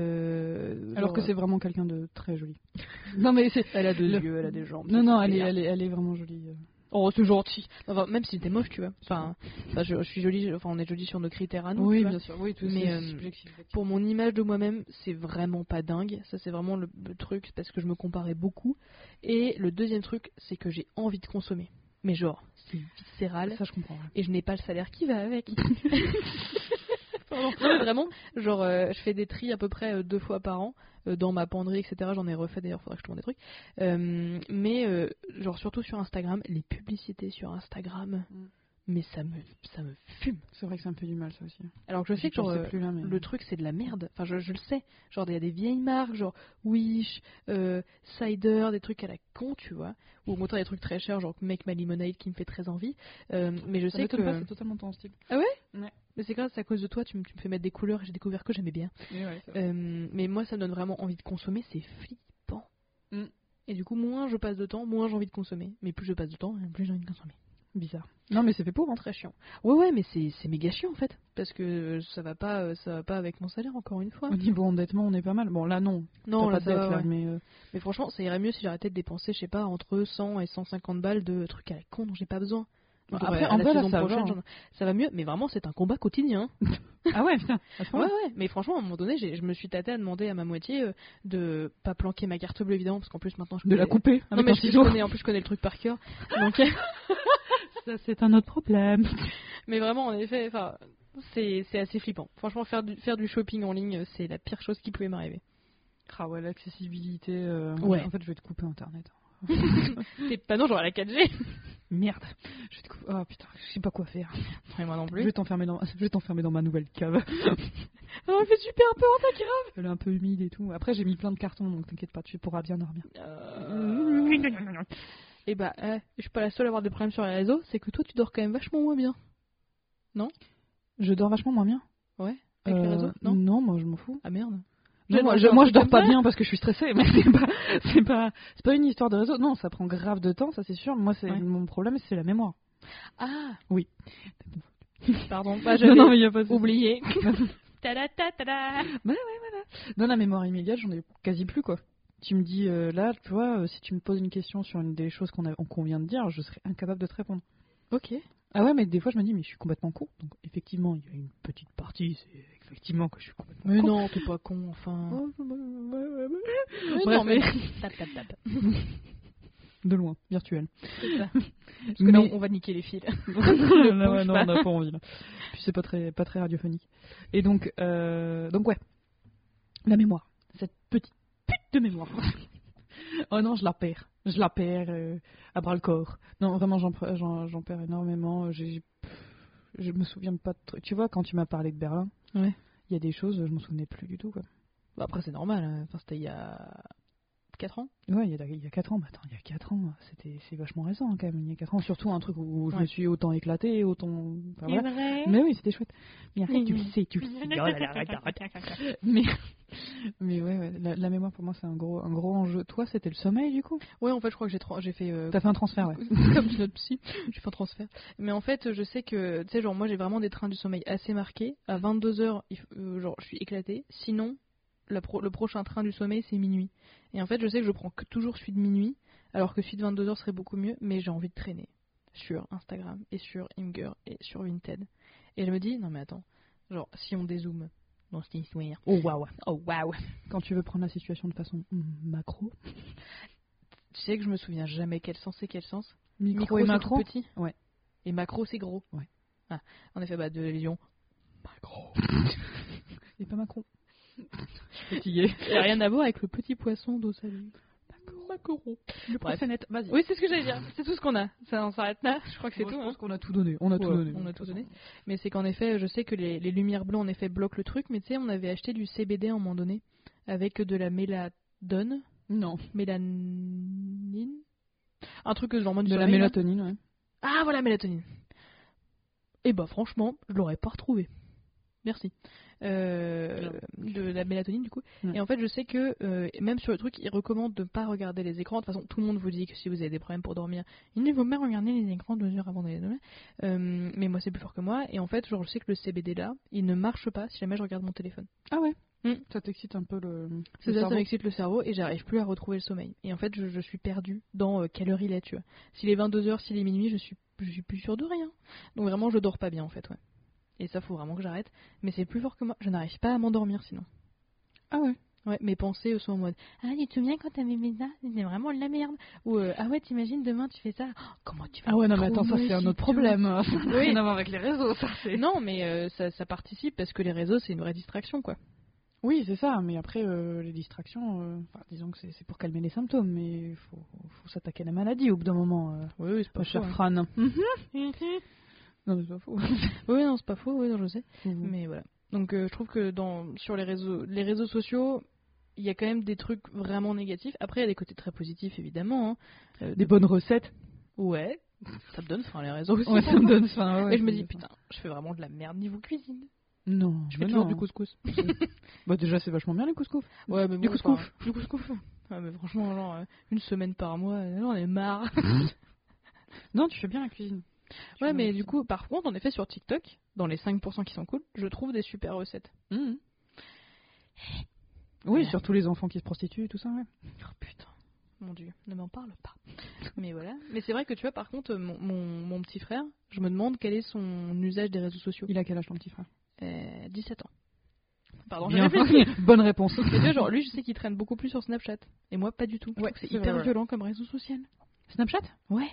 Speaker 1: Euh,
Speaker 2: Alors
Speaker 1: genre, euh,
Speaker 2: que c'est vraiment quelqu'un de très joli. non mais c'est.
Speaker 1: Elle a deux
Speaker 2: le-
Speaker 1: yeux, elle a des jambes.
Speaker 2: Non
Speaker 1: c'est
Speaker 2: non,
Speaker 1: super.
Speaker 2: elle est, elle est, elle est vraiment jolie. euh.
Speaker 1: Oh, c'est gentil. Enfin, même si t'es moche, tu vois. Enfin, enfin, je, je suis jolie, enfin, on est jolie sur nos critères à nous. tu vois.
Speaker 2: sûr. Oui, tout
Speaker 1: Mais,
Speaker 2: Ah c'est
Speaker 1: euh,
Speaker 2: subjectif.
Speaker 1: pour mon image de moi-même, c'est vraiment pas dingue. Ça, c'est vraiment le, le truc, parce que je me comparais beaucoup. Et le deuxième truc, c'est que j'ai envie de consommer. Mais genre, c'est viscéral.
Speaker 2: Ça je comprends. ouais.
Speaker 1: et je n'ai pas le salaire qui va avec. Pardon. Non, mais vraiment, genre, euh, je fais des tris à peu près euh, deux fois par an euh, dans ma penderie, etc. J'en ai refait d'ailleurs, faudrait que je te montre des trucs. Euh, mais, euh, genre, surtout sur Instagram, les publicités sur Instagram,
Speaker 2: Mm.
Speaker 1: mais ça me, ça me fume.
Speaker 2: C'est vrai que c'est un peu du mal, ça aussi.
Speaker 1: Alors que je sais que genre,
Speaker 2: sais
Speaker 1: euh,
Speaker 2: plus là, mais...
Speaker 1: le truc c'est de la merde. Enfin, je, je le sais. Genre, il y a des vieilles marques, genre Wish, euh, Cider, des trucs à la con, tu vois. Ou montant des trucs très chers, genre Make My Lemonade qui me fait très envie. Euh, mais je
Speaker 2: Ça
Speaker 1: sais que.
Speaker 2: m'étonne pas, c'est totalement ton style.
Speaker 1: Mais c'est grâce à cause de toi, tu me, tu me fais mettre des couleurs et j'ai découvert que j'aimais bien. Euh, mais moi, ça me donne vraiment envie de consommer, c'est flippant.
Speaker 2: Mm.
Speaker 1: Et du coup, moins je passe de temps, moins j'ai envie de consommer. Mais plus je passe de temps, hein, plus j'ai envie de consommer.
Speaker 2: Euh, Bizarre. Non, mais c'est fait pour, hein.
Speaker 1: Très chiant. Ouais, ouais, mais c'est c'est méga chiant en fait. Parce que ça va pas, euh, ça va pas avec mon salaire, encore une fois.
Speaker 2: Au niveau endettement, on est pas mal. Bon, là, non.
Speaker 1: Non, là,
Speaker 2: Mm. T'as pas de
Speaker 1: ça
Speaker 2: dette,
Speaker 1: va,
Speaker 2: là,
Speaker 1: ouais.
Speaker 2: mais... euh,
Speaker 1: Mais franchement, ça irait mieux si j'arrêtais de dépenser, je sais pas, entre 100 et 150 balles de trucs à la con dont j'ai pas besoin.
Speaker 2: Bon,
Speaker 1: après,
Speaker 2: ouais,
Speaker 1: en
Speaker 2: là,
Speaker 1: vrai,
Speaker 2: ça
Speaker 1: la saison
Speaker 2: va,
Speaker 1: prochaine,
Speaker 2: hein.
Speaker 1: j'en- ça va mieux, mais vraiment, c'est un combat quotidien.
Speaker 2: Ah ouais, putain. à ce
Speaker 1: Ouais,
Speaker 2: point-là
Speaker 1: ouais, mais franchement, à un moment donné, j'ai- je me suis tâtée à demander à ma moitié euh, de pas planquer ma carte bleue, évidemment, parce qu'en plus, maintenant, je
Speaker 2: De la
Speaker 1: connais-
Speaker 2: couper
Speaker 1: Non,
Speaker 2: avec
Speaker 1: mais
Speaker 2: un
Speaker 1: je- je
Speaker 2: ciseau.
Speaker 1: connais- en plus, je connais le truc par cœur. Donc,
Speaker 2: Ça, c'est un autre problème.
Speaker 1: mais vraiment, en effet, enfin, c'est c'est assez flippant. Franchement, faire du, faire du shopping en ligne, c'est la pire chose qui pouvait m'arriver.
Speaker 2: Ah ouais, l'accessibilité... euh,
Speaker 1: Ouais.
Speaker 2: En fait, je vais te couper Internet.
Speaker 1: C'est pas non, genre à la 4G.
Speaker 2: Merde. Je vais te couper... Ah putain, je sais pas quoi faire.
Speaker 1: Ouais, moi non plus.
Speaker 2: Je vais t'enfermer dans... je vais t'enfermer dans ma nouvelle cave.
Speaker 1: Oh, il fait super peur.
Speaker 2: Elle est un peu humide et tout. Après, j'ai mis plein de cartons, donc t'inquiète pas, tu pourras bien dormir. Euh,
Speaker 1: Et bah, je suis pas la seule à avoir des problèmes sur les réseaux, c'est que toi, tu dors quand même vachement moins bien
Speaker 2: Je dors vachement moins bien.
Speaker 1: avec les
Speaker 2: Euh,
Speaker 1: réseaux, non
Speaker 2: Non, moi, je m'en fous.
Speaker 1: Ah merde.
Speaker 2: Non,
Speaker 1: J'ai
Speaker 2: moi,
Speaker 1: le
Speaker 2: je,
Speaker 1: droit de
Speaker 2: moi,
Speaker 1: faire
Speaker 2: je dors
Speaker 1: comme
Speaker 2: pas
Speaker 1: ça.
Speaker 2: bien parce que je suis stressée, mais c'est pas, c'est pas, c'est pas une histoire de réseau. Non, ça prend grave de temps, ça c'est sûr. Moi, c'est
Speaker 1: Ouais.
Speaker 2: mon problème, c'est la mémoire.
Speaker 1: Ah
Speaker 2: Oui.
Speaker 1: Pardon, bah,
Speaker 2: non,
Speaker 1: j'avais
Speaker 2: non, mais y a pas de souci.
Speaker 1: oublié.
Speaker 2: Dans la mémoire immédiate, j'en ai quasi plus quoi. Tu me dis euh, là, tu vois, euh, si tu me poses une question sur une des choses qu'on a- qu'on vient de dire, je serais incapable de te répondre.
Speaker 1: ok.
Speaker 2: Ah ouais, mais des fois, je me dis, mais je suis complètement con. Donc effectivement, il y a une petite partie, c'est effectivement que je suis complètement
Speaker 1: Mais
Speaker 2: con.
Speaker 1: non, t'es pas con, enfin. Mais
Speaker 2: Bref,
Speaker 1: non, mais. Tap, tap, tap.
Speaker 2: De loin, virtuel.
Speaker 1: C'est ça. Parce que
Speaker 2: Mais-
Speaker 1: là, on va niquer les fils.
Speaker 2: Là, ouais,
Speaker 1: bouge
Speaker 2: non,
Speaker 1: pas.
Speaker 2: on n'a pas envie. Là. Puis c'est pas très, pas très radiophonique. Et donc, euh, donc ouais, la mémoire, cette petite pute de mémoire. oh non, je la perds, je la perds euh, à bras le corps. Non, vraiment, j'en, pre- j'en, j'en perds énormément. J'ai, pff, je me souviens pas de trucs. Tu vois, quand tu m'as parlé de Berlin, il
Speaker 1: Ouais.
Speaker 2: y a des choses, je m'en souvenais plus du tout. Quoi.
Speaker 1: Bah, après, c'est normal, hein. enfin, c'était il y a 4 ans.
Speaker 2: Ouais, il y, a, il y a 4 ans, mais attends, il y a 4 ans, c'était, c'est vachement récent hein, quand même, il y a 4 ans, surtout un truc où je
Speaker 1: Ouais.
Speaker 2: me suis autant éclatée, autant... enfin, voilà.
Speaker 1: vrai.
Speaker 2: Mais oui, c'était chouette. Mais arrête, tu le
Speaker 1: Mhm.
Speaker 2: sais, tu le sais. Oh là là, arrête, arrête. Mais, mais ouais, ouais, la, la mémoire pour moi c'est un gros, un gros enjeu. Toi, c'était le sommeil du coup
Speaker 1: Ouais, en fait, je crois que j'ai trois- j'ai fait. euh,
Speaker 2: T'as fait un transfert, ouais.
Speaker 1: comme notre psy, j'ai fait un transfert. Mais en fait, je sais que, tu sais, genre, moi j'ai vraiment des trains du sommeil assez marqués. À 22h, euh, genre, je suis éclatée. Sinon, la pro- le prochain train du sommeil, c'est minuit. Et en fait, je sais que je prends que toujours celui de minuit, alors que celui de 22h serait beaucoup mieux, mais j'ai envie de traîner sur Instagram et sur Imgur et sur Vinted. Et je me dis, non mais attends, genre, si on dézoome dans cette histoire,
Speaker 2: Oh waouh.
Speaker 1: oh waouh,
Speaker 2: Quand tu veux prendre la situation de façon mm, macro,
Speaker 1: tu sais que je me souviens jamais quel sens c'est quel sens.
Speaker 2: micro,
Speaker 1: Micro,
Speaker 2: et
Speaker 1: c'est
Speaker 2: macro.
Speaker 1: tout petit
Speaker 2: Ouais.
Speaker 1: Et macro, c'est gros
Speaker 2: Ouais.
Speaker 1: Ah, en effet, bah, de Lyon. Macro.
Speaker 2: Et pas macron. Fatigué.
Speaker 1: Il n'y a rien à voir avec le petit poisson d'eau salée. Macro.
Speaker 2: Le
Speaker 1: Bref.
Speaker 2: profanette, vas-y.
Speaker 1: Oui, c'est ce que j'allais dire. C'est tout ce qu'on a. Ça, on s'arrête là. Je crois que c'est
Speaker 2: Bon,
Speaker 1: tout.
Speaker 2: Je
Speaker 1: hein.
Speaker 2: pense qu'on a tout donné. On a tout
Speaker 1: Ouais,
Speaker 2: donné.
Speaker 1: on a tout donné. Mais c'est qu'en effet, je sais que les, les lumières bleues, en effet, bloquent le truc. Mais tu sais, on avait acheté du CBD à un moment donné avec de la méladone.
Speaker 2: Non.
Speaker 1: Mélanine Un truc que j'en
Speaker 2: De la mélatonine, ouais.
Speaker 1: Ah voilà, mélatonine. Et bah franchement, je l'aurais pas retrouvé. Merci. Euh, de la mélatonine du coup.
Speaker 2: Ouais.
Speaker 1: Et en fait, je sais que euh, même sur le truc, ils recommandent de ne pas regarder les écrans. De toute façon, tout le monde vous dit que si vous avez des problèmes pour dormir, il ne vaut mieux regarder les écrans deux heures avant d'aller dormir. Euh, mais moi, c'est plus fort que moi. Et en fait, genre, je sais que le CBD là, il ne marche pas si jamais je regarde mon téléphone.
Speaker 2: Ah ouais.
Speaker 1: Mm.
Speaker 2: Ça t'excite un peu le. le
Speaker 1: C'est ça, ça
Speaker 2: cerveau.
Speaker 1: m'excite le cerveau et j'arrive plus à retrouver le sommeil. Et en fait, je, je suis perdue dans euh, quelle heure il est, tu vois. S'il est 22h, s'il est minuit, je suis, je suis plus sûre de rien. Donc vraiment, je dors pas bien en fait, ouais. Et ça, faut vraiment que j'arrête. Mais c'est plus fort que moi. Je n'arrive pas à m'endormir sinon.
Speaker 2: Ah ouais.
Speaker 1: Ouais, mes pensées sont en mode Ah, tu te souviens quand t'avais mis ça C'était vraiment de la merde. Ou euh, Ah ouais, t'imagines demain tu fais ça Oh, Comment tu vas
Speaker 2: Ah ouais, non, mais
Speaker 1: trop
Speaker 2: attends, ça c'est un
Speaker 1: moche et
Speaker 2: autre
Speaker 1: tout.
Speaker 2: problème.
Speaker 1: Oui.
Speaker 2: non, mais avec les réseaux, ça c'est.
Speaker 1: Non, mais euh, ça, ça participe parce que les réseaux c'est une vraie distraction quoi.
Speaker 2: Oui, c'est ça, mais après, euh, les distractions, euh, enfin, disons que c'est c'est pour calmer les symptômes, mais il faut, faut s'attaquer à la maladie au bout d'un moment, euh,
Speaker 1: Oui, oui, c'est hein.
Speaker 2: ma chère Fran. Non, mais c'est pas faux.
Speaker 1: Oui, non, c'est pas faux, oui, non, je sais.
Speaker 2: Mais-
Speaker 1: Mais voilà. Donc euh, je trouve que dans, sur les réseaux, les réseaux sociaux, il y a quand même des trucs vraiment négatifs. Après, il y a des côtés très positifs, évidemment. hein. Euh,
Speaker 2: Des
Speaker 1: de-
Speaker 2: bonnes recettes,
Speaker 1: Ouais, ça me donne faim, les réseaux aussi.
Speaker 2: ouais, ça me donne faim. ouais,
Speaker 1: Et je me
Speaker 2: ça
Speaker 1: dis,
Speaker 2: donne faim.
Speaker 1: putain, je fais vraiment de la merde niveau cuisine.
Speaker 2: Non,
Speaker 1: Je
Speaker 2: mais
Speaker 1: fais toujours
Speaker 2: non.
Speaker 1: du couscous.
Speaker 2: Bah, déjà, c'est vachement bien les couscous.
Speaker 1: Ouais, mais
Speaker 2: Du
Speaker 1: bon,
Speaker 2: couscous.
Speaker 1: enfin, Du couscous. Ouais, mais franchement, genre, euh, une semaine par mois, euh, j'en ai marre.
Speaker 2: Non, tu fais bien la cuisine. Tu
Speaker 1: Ouais,
Speaker 2: fais bien
Speaker 1: mais
Speaker 2: la
Speaker 1: du coup, par contre, en effet, sur TikTok, dans les 5% qui sont cool, je trouve des super recettes.
Speaker 2: cuisine. Mhm. Oui,
Speaker 1: Ouais.
Speaker 2: surtout les enfants qui se prostituent, tout ça, ouais.
Speaker 1: Oh putain, mon dieu, ne m'en parle pas. Mais voilà. Mais c'est vrai que tu vois, par contre, mon, mon, mon petit frère, je me demande quel est son usage des réseaux sociaux.
Speaker 2: Il a quel âge ton petit frère
Speaker 1: Euh, 17 ans. Pardon, j'ai
Speaker 2: Bien.
Speaker 1: réfléchi.
Speaker 2: Bonne réponse.
Speaker 1: Mais tu vois, genre, lui, je sais qu'il traîne beaucoup plus sur Snapchat. Et moi, pas du tout. Je
Speaker 2: Ouais,
Speaker 1: trouve que c'est
Speaker 2: c'est
Speaker 1: hyper
Speaker 2: vrai, ouais.
Speaker 1: violent comme réseau social.
Speaker 2: Snapchat
Speaker 1: Ouais.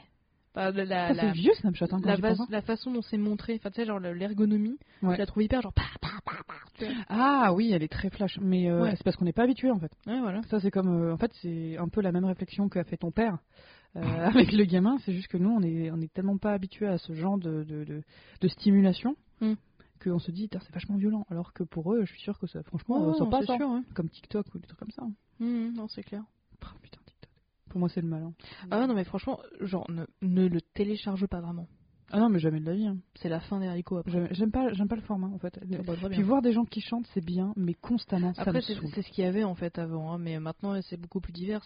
Speaker 1: Bah, la, la,
Speaker 2: Ça, C'est
Speaker 1: la-
Speaker 2: vieux Snapchat, hein, quand
Speaker 1: la
Speaker 2: j'y
Speaker 1: vase-
Speaker 2: pense, hein.
Speaker 1: la façon dont c'est montré, enfin, tu sais, genre le- l'ergonomie,
Speaker 2: Ouais.
Speaker 1: je la trouve hyper genre. pa, pa, pa, pa, tu vois.
Speaker 2: Ah oui, elle est très flash, mais euh,
Speaker 1: Ouais.
Speaker 2: c'est parce qu'on n'est pas habitué en fait.
Speaker 1: Ouais, voilà.
Speaker 2: Ça c'est comme, euh, en fait c'est un peu la même réflexion qu'a fait ton père euh, avec le gamin. C'est juste que nous on est on est tellement pas habitué à ce genre de de, de, de stimulation
Speaker 1: Mm.
Speaker 2: qu'on se dit Tain, c'est vachement violent. Alors que pour eux, je suis sûr que ça, franchement,
Speaker 1: Ouais,
Speaker 2: euh, ça
Speaker 1: non, Oh,
Speaker 2: passe
Speaker 1: c'est
Speaker 2: hein.
Speaker 1: sûr, ouais.
Speaker 2: comme TikTok ou des trucs comme ça. hein.
Speaker 1: Hum, hum, non, c'est clair.
Speaker 2: Ah, putain TikTok. Pour moi c'est le mal. hein.
Speaker 1: Ah ouais, non, mais franchement, genre, ne, ne le télécharge pas vraiment.
Speaker 2: Ah non mais jamais de la vie. hein.
Speaker 1: C'est la fin des haricots après.
Speaker 2: J'aime j'aime pas j'aime pas le format en fait.
Speaker 1: Ah bah, très bien.
Speaker 2: Puis voir des gens qui chantent c'est bien, mais constamment ça
Speaker 1: Après,
Speaker 2: me
Speaker 1: c'est
Speaker 2: saoule.
Speaker 1: c'est ce qu'il y avait en fait avant, hein, mais maintenant c'est beaucoup plus divers.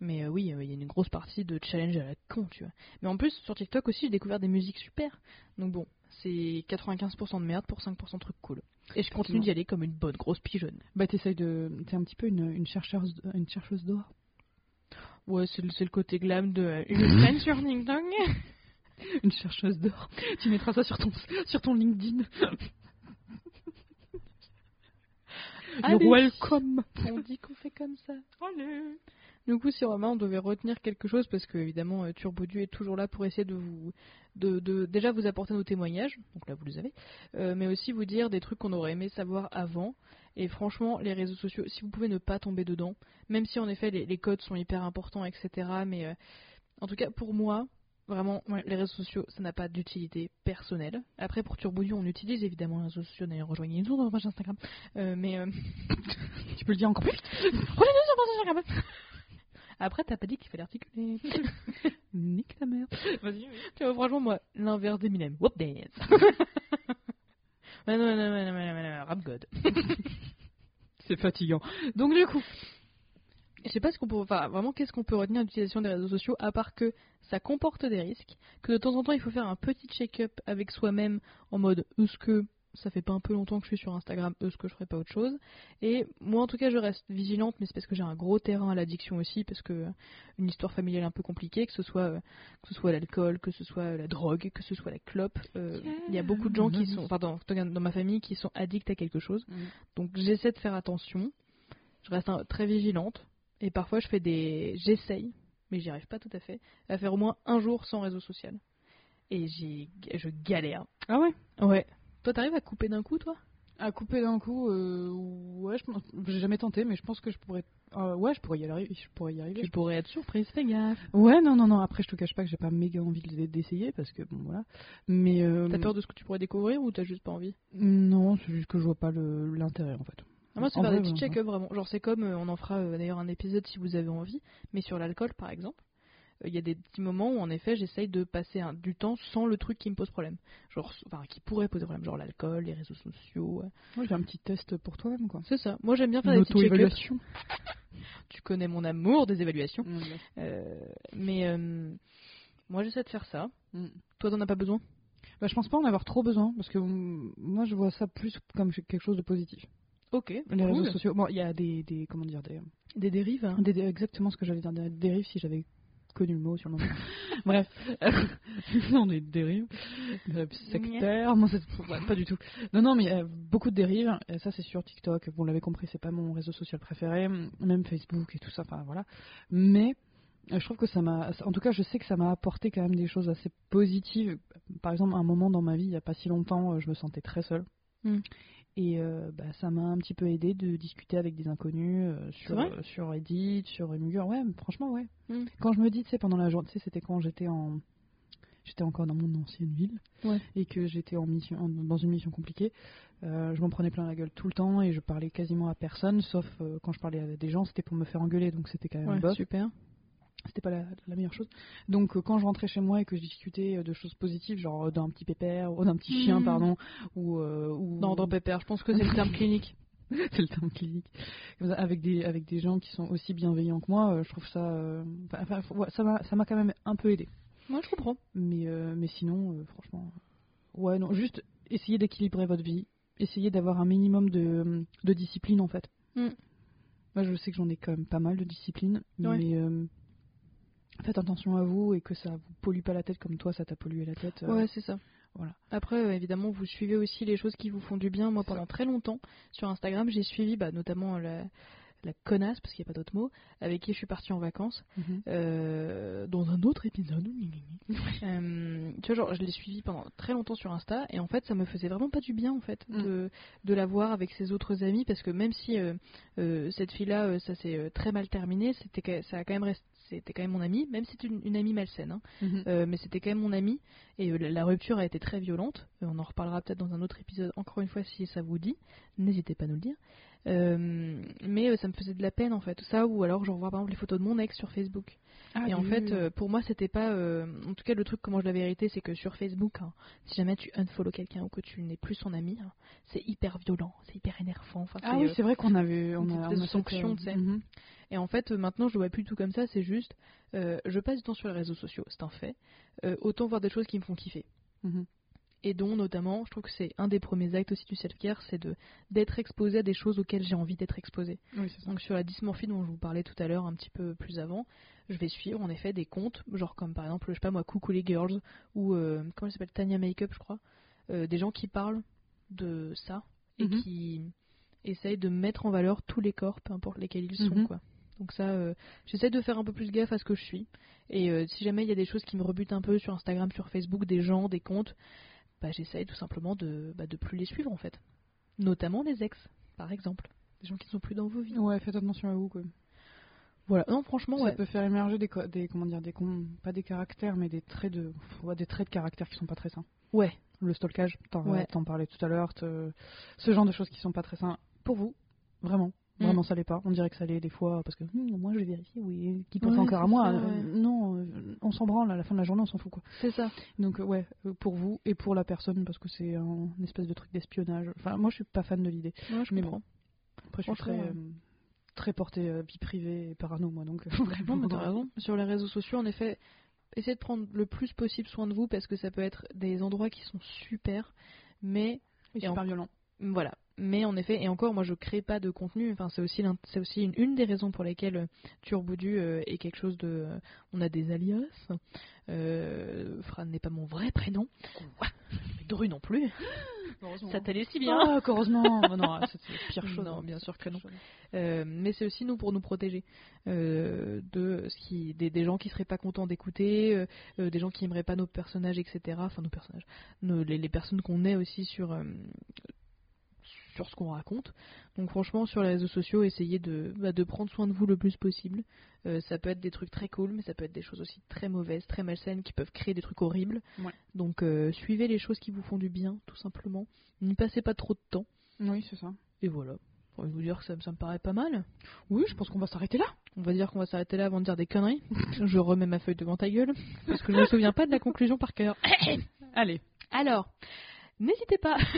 Speaker 1: Mais euh, oui, euh, il y a une grosse partie de challenge à la con, tu vois. Mais en plus, sur TikTok aussi, j'ai découvert des musiques super. Donc bon, c'est 95% de merde pour 5% de trucs cool. Et je continue d'y aller comme une bonne grosse pigeonne.
Speaker 2: Bah t'essayes de t'es un petit peu une, une chercheuse une chercheuse d'or.
Speaker 1: Ouais, c'est le, c'est le côté glam de euh, une scène sur Ding Dong.
Speaker 2: Une chercheuse d'or. Tu mettras ça sur ton, sur ton LinkedIn. You're
Speaker 1: Allez.
Speaker 2: welcome.
Speaker 1: On dit qu'on fait comme ça. Du coup, si vraiment on devait retenir quelque chose, parce que évidemment euh, Turbodu est toujours là pour essayer de vous, de, de- déjà vous apporter nos témoignages, donc là vous les avez, euh, mais aussi vous dire des trucs qu'on aurait aimé savoir avant. Et franchement, les réseaux sociaux, si vous pouvez ne pas tomber dedans, même si en effet les, les codes sont hyper importants, etc. Mais euh, en tout cas pour moi, vraiment, les réseaux sociaux, ça n'a pas d'utilité personnelle. Après pour Turbodu, on utilise évidemment les réseaux sociaux. D'ailleurs, rejoignez-nous sur notre page Instagram. Euh, mais euh,
Speaker 2: Tu peux le dire encore plus vite
Speaker 1: après, t'as pas dit qu'il fallait articuler.
Speaker 2: Nique ta mère.
Speaker 1: Vas-y, Tu vois, franchement, moi, l'inverse d'Eminem. Whoop dance. Mais non, mais non, mais non, mais non, mais non, rap god.
Speaker 2: C'est fatigant. Donc du coup,
Speaker 1: Je sais pas ce qu'on peut, enfin, vraiment, qu'est-ce qu'on peut retenir de l'utilisation des réseaux sociaux, à part que ça comporte des risques, que de temps en temps, il faut faire un petit check-up avec soi-même, en mode, est-ce que ça fait pas un peu longtemps que je suis sur Instagram, est-ce que je ferais pas autre chose Et moi, en tout cas, je reste vigilante, mais c'est parce que j'ai un gros terrain à l'addiction aussi, parce que euh, une histoire familiale un peu compliquée, que ce soit, euh, que ce soit l'alcool, que ce soit euh, la drogue, que ce soit la clope, euh, il y a beaucoup de gens qui sont, enfin, dans, dans ma famille, qui sont addicts à quelque chose.
Speaker 2: Mhm.
Speaker 1: Donc, j'essaie de faire attention. Je reste un- très vigilante. Et parfois, je fais des. J'essaye, mais j'y arrive pas tout à fait, à faire au moins un jour sans réseau social. Et j'ai... je galère.
Speaker 2: ah ouais.
Speaker 1: Ouais. Toi, t'arrives à couper d'un coup, toi
Speaker 2: À couper d'un coup, euh, ouais, je pense- j'ai jamais tenté, mais je pense que je pourrais, euh, ouais, je pourrais y arriver. Je pourrais y arriver.
Speaker 1: Tu pourrais être surprise, fais gaffe.
Speaker 2: Ouais, non, non, non. Après, je te cache pas que j'ai pas méga envie de- d'essayer parce que bon, voilà. Mais euh,
Speaker 1: T'as peur de ce que tu pourrais découvrir ou t'as juste pas envie
Speaker 2: Non, c'est juste que je vois pas le- l'intérêt en fait.
Speaker 1: Ah, Moi, c'est
Speaker 2: En
Speaker 1: faire
Speaker 2: vrai,
Speaker 1: des petits
Speaker 2: ouais, ouais.
Speaker 1: check-up vraiment. Genre, c'est comme, euh, on en fera euh, d'ailleurs un épisode si vous avez envie, mais sur l'alcool par exemple, euh, il y a des petits moments où en effet j'essaye de passer un- du temps sans le truc qui me pose problème. Genre, enfin, qui pourrait poser problème, genre l'alcool, les réseaux sociaux. euh.
Speaker 2: Moi, j'ai un petit test pour toi-même quoi.
Speaker 1: C'est ça. Moi, j'aime bien faire
Speaker 2: Une
Speaker 1: des petits check
Speaker 2: auto-évaluation.
Speaker 1: Tu connais mon amour des évaluations.
Speaker 2: Mm,
Speaker 1: Euh, mais euh, moi, j'essaie de faire ça.
Speaker 2: mm.
Speaker 1: Toi, t'en as pas besoin
Speaker 2: Bah, je pense pas en avoir trop besoin parce que mm, moi je vois ça plus comme quelque chose de positif.
Speaker 1: Ok.
Speaker 2: Les réseaux
Speaker 1: Ah, cool.
Speaker 2: sociaux, bon, il y a des, des- comment dire des,
Speaker 1: Des dérives hein.
Speaker 2: des- des- exactement ce que j'allais dire des dérives si j'avais que du mot sur le nom. Bref, on est dérive. Euh, sectaire, moi, c'est- ouais, pas du tout. Non, non, mais il y a beaucoup de dérives. Et ça, c'est sur TikTok. Vous l'avez compris, c'est pas mon réseau social préféré. Même Facebook et tout ça. Enfin, voilà. Mais euh, je trouve que ça m'a. En tout cas, je sais que ça m'a apporté quand même des choses assez positives. Par exemple, à un moment dans ma vie, il y a pas si longtemps, euh, je me sentais très seule.
Speaker 1: Mm.
Speaker 2: Et euh, bah, ça m'a un petit peu aidé de discuter avec des inconnus euh, sur,
Speaker 1: vrai
Speaker 2: euh, sur Reddit, sur Emugure. Ouais, franchement, ouais.
Speaker 1: Mm.
Speaker 2: Quand je me dis, tu sais, pendant la journée, tu sais, c'était quand j'étais en. J'étais encore dans mon ancienne ville
Speaker 1: Ouais.
Speaker 2: et que j'étais en mission, en- dans une mission compliquée. Euh, je m'en prenais plein la gueule tout le temps et je parlais quasiment à personne, sauf euh, quand je parlais à des gens, c'était pour me faire engueuler, donc c'était quand même
Speaker 1: Ouais,
Speaker 2: bof
Speaker 1: super.
Speaker 2: c'était pas la, la meilleure chose. Donc euh, quand je rentrais chez moi et que je discutais euh, de choses positives, genre euh, d'un petit pépère ou d'un petit chien,
Speaker 1: Mhm.
Speaker 2: pardon, ou, euh, ou-
Speaker 1: Non, dans Pépère, je pense que c'est le terme clinique.
Speaker 2: c'est le terme clinique, Comme ça, avec des avec des gens qui sont aussi bienveillants que moi, euh, je trouve ça, euh, enfin, enfin, faut- ouais, ça m'a ça m'a quand même un peu aidé.
Speaker 1: Moi, je comprends.
Speaker 2: Mais euh, mais sinon, euh, franchement, euh, ouais non, juste essayez d'équilibrer votre vie, essayez d'avoir un minimum de euh, de discipline en fait.
Speaker 1: Mhm.
Speaker 2: Moi, je sais que j'en ai quand même pas mal de discipline,
Speaker 1: Ouais.
Speaker 2: mais euh, faites attention à vous et que ça vous pollue pas la tête comme toi, ça t'a pollué la tête. euh,
Speaker 1: Ouais, c'est ça.
Speaker 2: voilà.
Speaker 1: Après, euh, évidemment, vous suivez aussi les choses qui vous font du bien. Moi, pendant très longtemps, sur Instagram, j'ai suivi bah, notamment la, la connasse, parce qu'il n'y a pas d'autre mot, avec qui je suis partie en vacances.
Speaker 2: Mhm.
Speaker 1: euh, dans un autre épisode. Euh, tu vois, genre, je l'ai suivi pendant très longtemps sur Insta et en fait, ça me faisait vraiment pas du bien en fait
Speaker 2: Mm.
Speaker 1: de, de la voir avec ses autres amis parce que même si euh, euh, cette fille-là, euh, ça s'est euh, très mal terminé, c'était que- ça a quand même resté. C'était quand même mon amie, même si c'était une, une amie malsaine, hein.
Speaker 2: Mhm.
Speaker 1: Euh, mais c'était quand même mon amie et euh, la, la rupture a été très violente. Euh, on en reparlera peut-être dans un autre épisode, encore une fois, si ça vous dit. N'hésitez pas à nous le dire. Euh, mais euh, ça me faisait de la peine en fait, ça ou alors je revois par exemple les photos de mon ex sur Facebook
Speaker 2: Ah
Speaker 1: et en fait, euh, pour moi, c'était pas. euh, en tout cas, le truc, comment je l'avais hérité, c'est que sur Facebook, hein, si jamais tu unfollow quelqu'un ou que tu n'es plus son ami, hein, c'est hyper violent, c'est hyper énervant. Enfin,
Speaker 2: ah
Speaker 1: c'est,
Speaker 2: oui,
Speaker 1: euh,
Speaker 2: c'est vrai qu'on avait on
Speaker 1: une
Speaker 2: a,
Speaker 1: espèce
Speaker 2: on a
Speaker 1: de sanction,
Speaker 2: cette,
Speaker 1: tu sais.
Speaker 2: mhm.
Speaker 1: Et en fait, euh, maintenant, je le vois plus du tout comme ça, c'est juste. euh, je passe du temps sur les réseaux sociaux, c'est un fait. Euh, autant voir des choses qui me font kiffer.
Speaker 2: Mhm.
Speaker 1: Et dont, notamment, je trouve que c'est un des premiers actes aussi du self-care, c'est de, d'être exposé à des choses auxquelles j'ai envie d'être exposé.
Speaker 2: Oui, c'est ça.
Speaker 1: Donc sur la dysmorphie dont je vous parlais tout à l'heure, un petit peu plus avant, je vais suivre en effet des comptes, genre comme par exemple, je sais pas moi, Coucou les Girls, ou euh, comment elle s'appelle, Tania Makeup, je crois, euh, des gens qui parlent de ça et
Speaker 2: Mhm.
Speaker 1: qui essayent de mettre en valeur tous les corps, peu importe lesquels ils sont,
Speaker 2: Mhm.
Speaker 1: quoi. Donc ça, euh, j'essaie de faire un peu plus gaffe à ce que je suis. Et euh, si jamais il y a des choses qui me rebutent un peu sur Instagram, sur Facebook, des gens, des comptes, bah, j'essaie tout simplement de, bah, de plus les suivre en fait. Notamment des ex, par exemple. Des gens qui ne sont plus dans vos vies.
Speaker 2: Ouais, faites attention à vous quoi.
Speaker 1: Voilà. Non, franchement, ouais.
Speaker 2: Ça peut faire émerger des, co- des comment dire des com- pas des caractères mais des traits de pff, ouais, des traits de caractère qui sont pas très sains.
Speaker 1: Ouais.
Speaker 2: Le stalkage, t'en
Speaker 1: Ouais.
Speaker 2: t'en parlais tout à l'heure, te- ce genre de choses qui sont pas très sains pour vous, vraiment.
Speaker 1: Mm.
Speaker 2: Vraiment, ça l'est pas. On dirait que ça l'est des fois parce que Hum, moi je vérifie, oui, qui pense
Speaker 1: Ouais,
Speaker 2: encore à
Speaker 1: c'est
Speaker 2: moi.
Speaker 1: ça,
Speaker 2: Euh, Non, euh, on s'en branle à la fin de la journée, on s'en fout quoi.
Speaker 1: C'est ça.
Speaker 2: Donc euh, ouais, euh, pour vous et pour la personne parce que c'est un une espèce de truc d'espionnage. Enfin, moi je suis pas fan de l'idée.
Speaker 1: Ouais, je
Speaker 2: Mais
Speaker 1: comprends.
Speaker 2: Après, je suis très,
Speaker 1: Franchement, ouais.
Speaker 2: euh, très portée euh, vie privée et parano moi donc. euh,
Speaker 1: Non, mais t'as raison. Sur les réseaux sociaux, en effet, essayez de prendre le plus possible soin de vous parce que ça peut être des endroits qui sont super, mais
Speaker 2: Et
Speaker 1: Et en-
Speaker 2: super violent.
Speaker 1: Voilà. Mais en effet, et encore, moi je crée pas de contenu. Enfin, c'est aussi, l'int- c'est aussi une, une des raisons pour lesquelles euh, Turboudu euh, est quelque chose de. euh, on a des alias. Euh, Fran n'est pas mon vrai prénom. Quoi Dru non plus. Ça t'allait si bien.
Speaker 2: Ah, heureusement. Ah, non, ah, c'est c'est la pire chose.
Speaker 1: hein. Non, bien sûr que non.
Speaker 2: Pire chose.
Speaker 1: Euh, mais c'est aussi nous pour nous protéger euh, de ce qui, des, des gens qui seraient pas contents d'écouter, euh, euh, des gens qui aimeraient pas nos personnages, etc. Enfin nos personnages, nos- les, les personnes qu'on est aussi sur euh, sur ce qu'on raconte. Donc franchement sur les réseaux sociaux, essayez de bah, de prendre soin de vous le plus possible. Euh, ça peut être des trucs très cool, mais ça peut être des choses aussi très mauvaises, très malsaines, qui peuvent créer des trucs horribles.
Speaker 2: Ouais.
Speaker 1: Donc euh, suivez les choses qui vous font du bien, tout simplement. N'y passez pas trop de temps.
Speaker 2: Oui, c'est ça.
Speaker 1: Et voilà. Je vais vous dire que ça, me- ça me paraît pas mal.
Speaker 2: Oui, je pense qu'on va s'arrêter là.
Speaker 1: On va dire qu'on va s'arrêter là avant de dire des conneries. je remets ma feuille devant ta gueule parce que je me souviens pas de la conclusion par cœur.
Speaker 2: Allez.
Speaker 1: Alors, n'hésitez pas.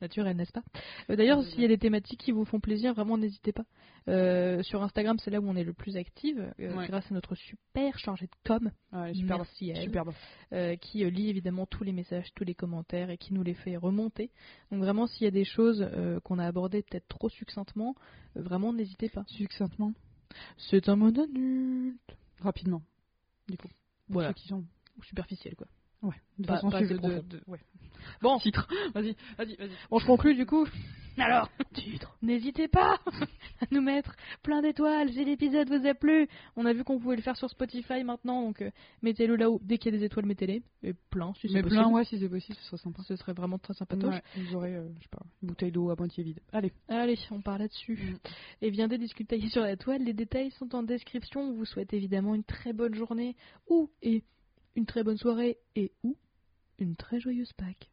Speaker 1: Naturel, n'est-ce pas Euh, D'ailleurs, s'il y a des thématiques qui vous font plaisir, vraiment n'hésitez pas. Euh, sur Instagram, c'est là où on est le plus active euh,
Speaker 2: Ouais.
Speaker 1: grâce à notre super chargée de com.
Speaker 2: Allez, superbe.
Speaker 1: Merci à elle
Speaker 2: Superbe.
Speaker 1: euh, qui euh, lit évidemment tous les messages, tous les commentaires et qui nous les fait remonter. Donc vraiment, s'il y a des choses euh, qu'on a abordées peut-être trop succinctement, euh, vraiment n'hésitez pas.
Speaker 2: Succinctement.
Speaker 1: C'est un mode adulte.
Speaker 2: Rapidement. du coup. Pour
Speaker 1: Voilà.
Speaker 2: ceux qui sont-
Speaker 4: Superficiel, quoi.
Speaker 2: Ouais, de
Speaker 1: Pas-
Speaker 2: façon
Speaker 1: pas
Speaker 2: suivre
Speaker 1: assez
Speaker 2: de-
Speaker 1: profonde.
Speaker 2: de- ouais.
Speaker 1: Bon.
Speaker 2: Titre.
Speaker 1: Vas-y, vas-y, vas-y.
Speaker 4: Bon, je conclue du coup.
Speaker 1: Alors,
Speaker 4: N'hésitez pas à nous mettre plein d'étoiles si l'épisode vous a plu.
Speaker 1: on a vu qu'on pouvait le faire sur Spotify maintenant, donc euh, mettez-le là-haut. Dès qu'il y a des étoiles, mettez-les. Et plein, si c'est
Speaker 2: Mais
Speaker 1: possible.
Speaker 2: plein, ouais, si c'est possible, ce serait sympa.
Speaker 1: Ce serait vraiment très sympatoche.
Speaker 2: Ouais, vous aurez, euh, je sais pas, une bouteille d'eau à moitié vide. Allez,
Speaker 1: Allez, on part là-dessus. Et viendez discuter sur la toile. Les détails sont en description. On vous souhaite évidemment une très bonne journée ou et une très bonne soirée et ou une très joyeuse Pâques.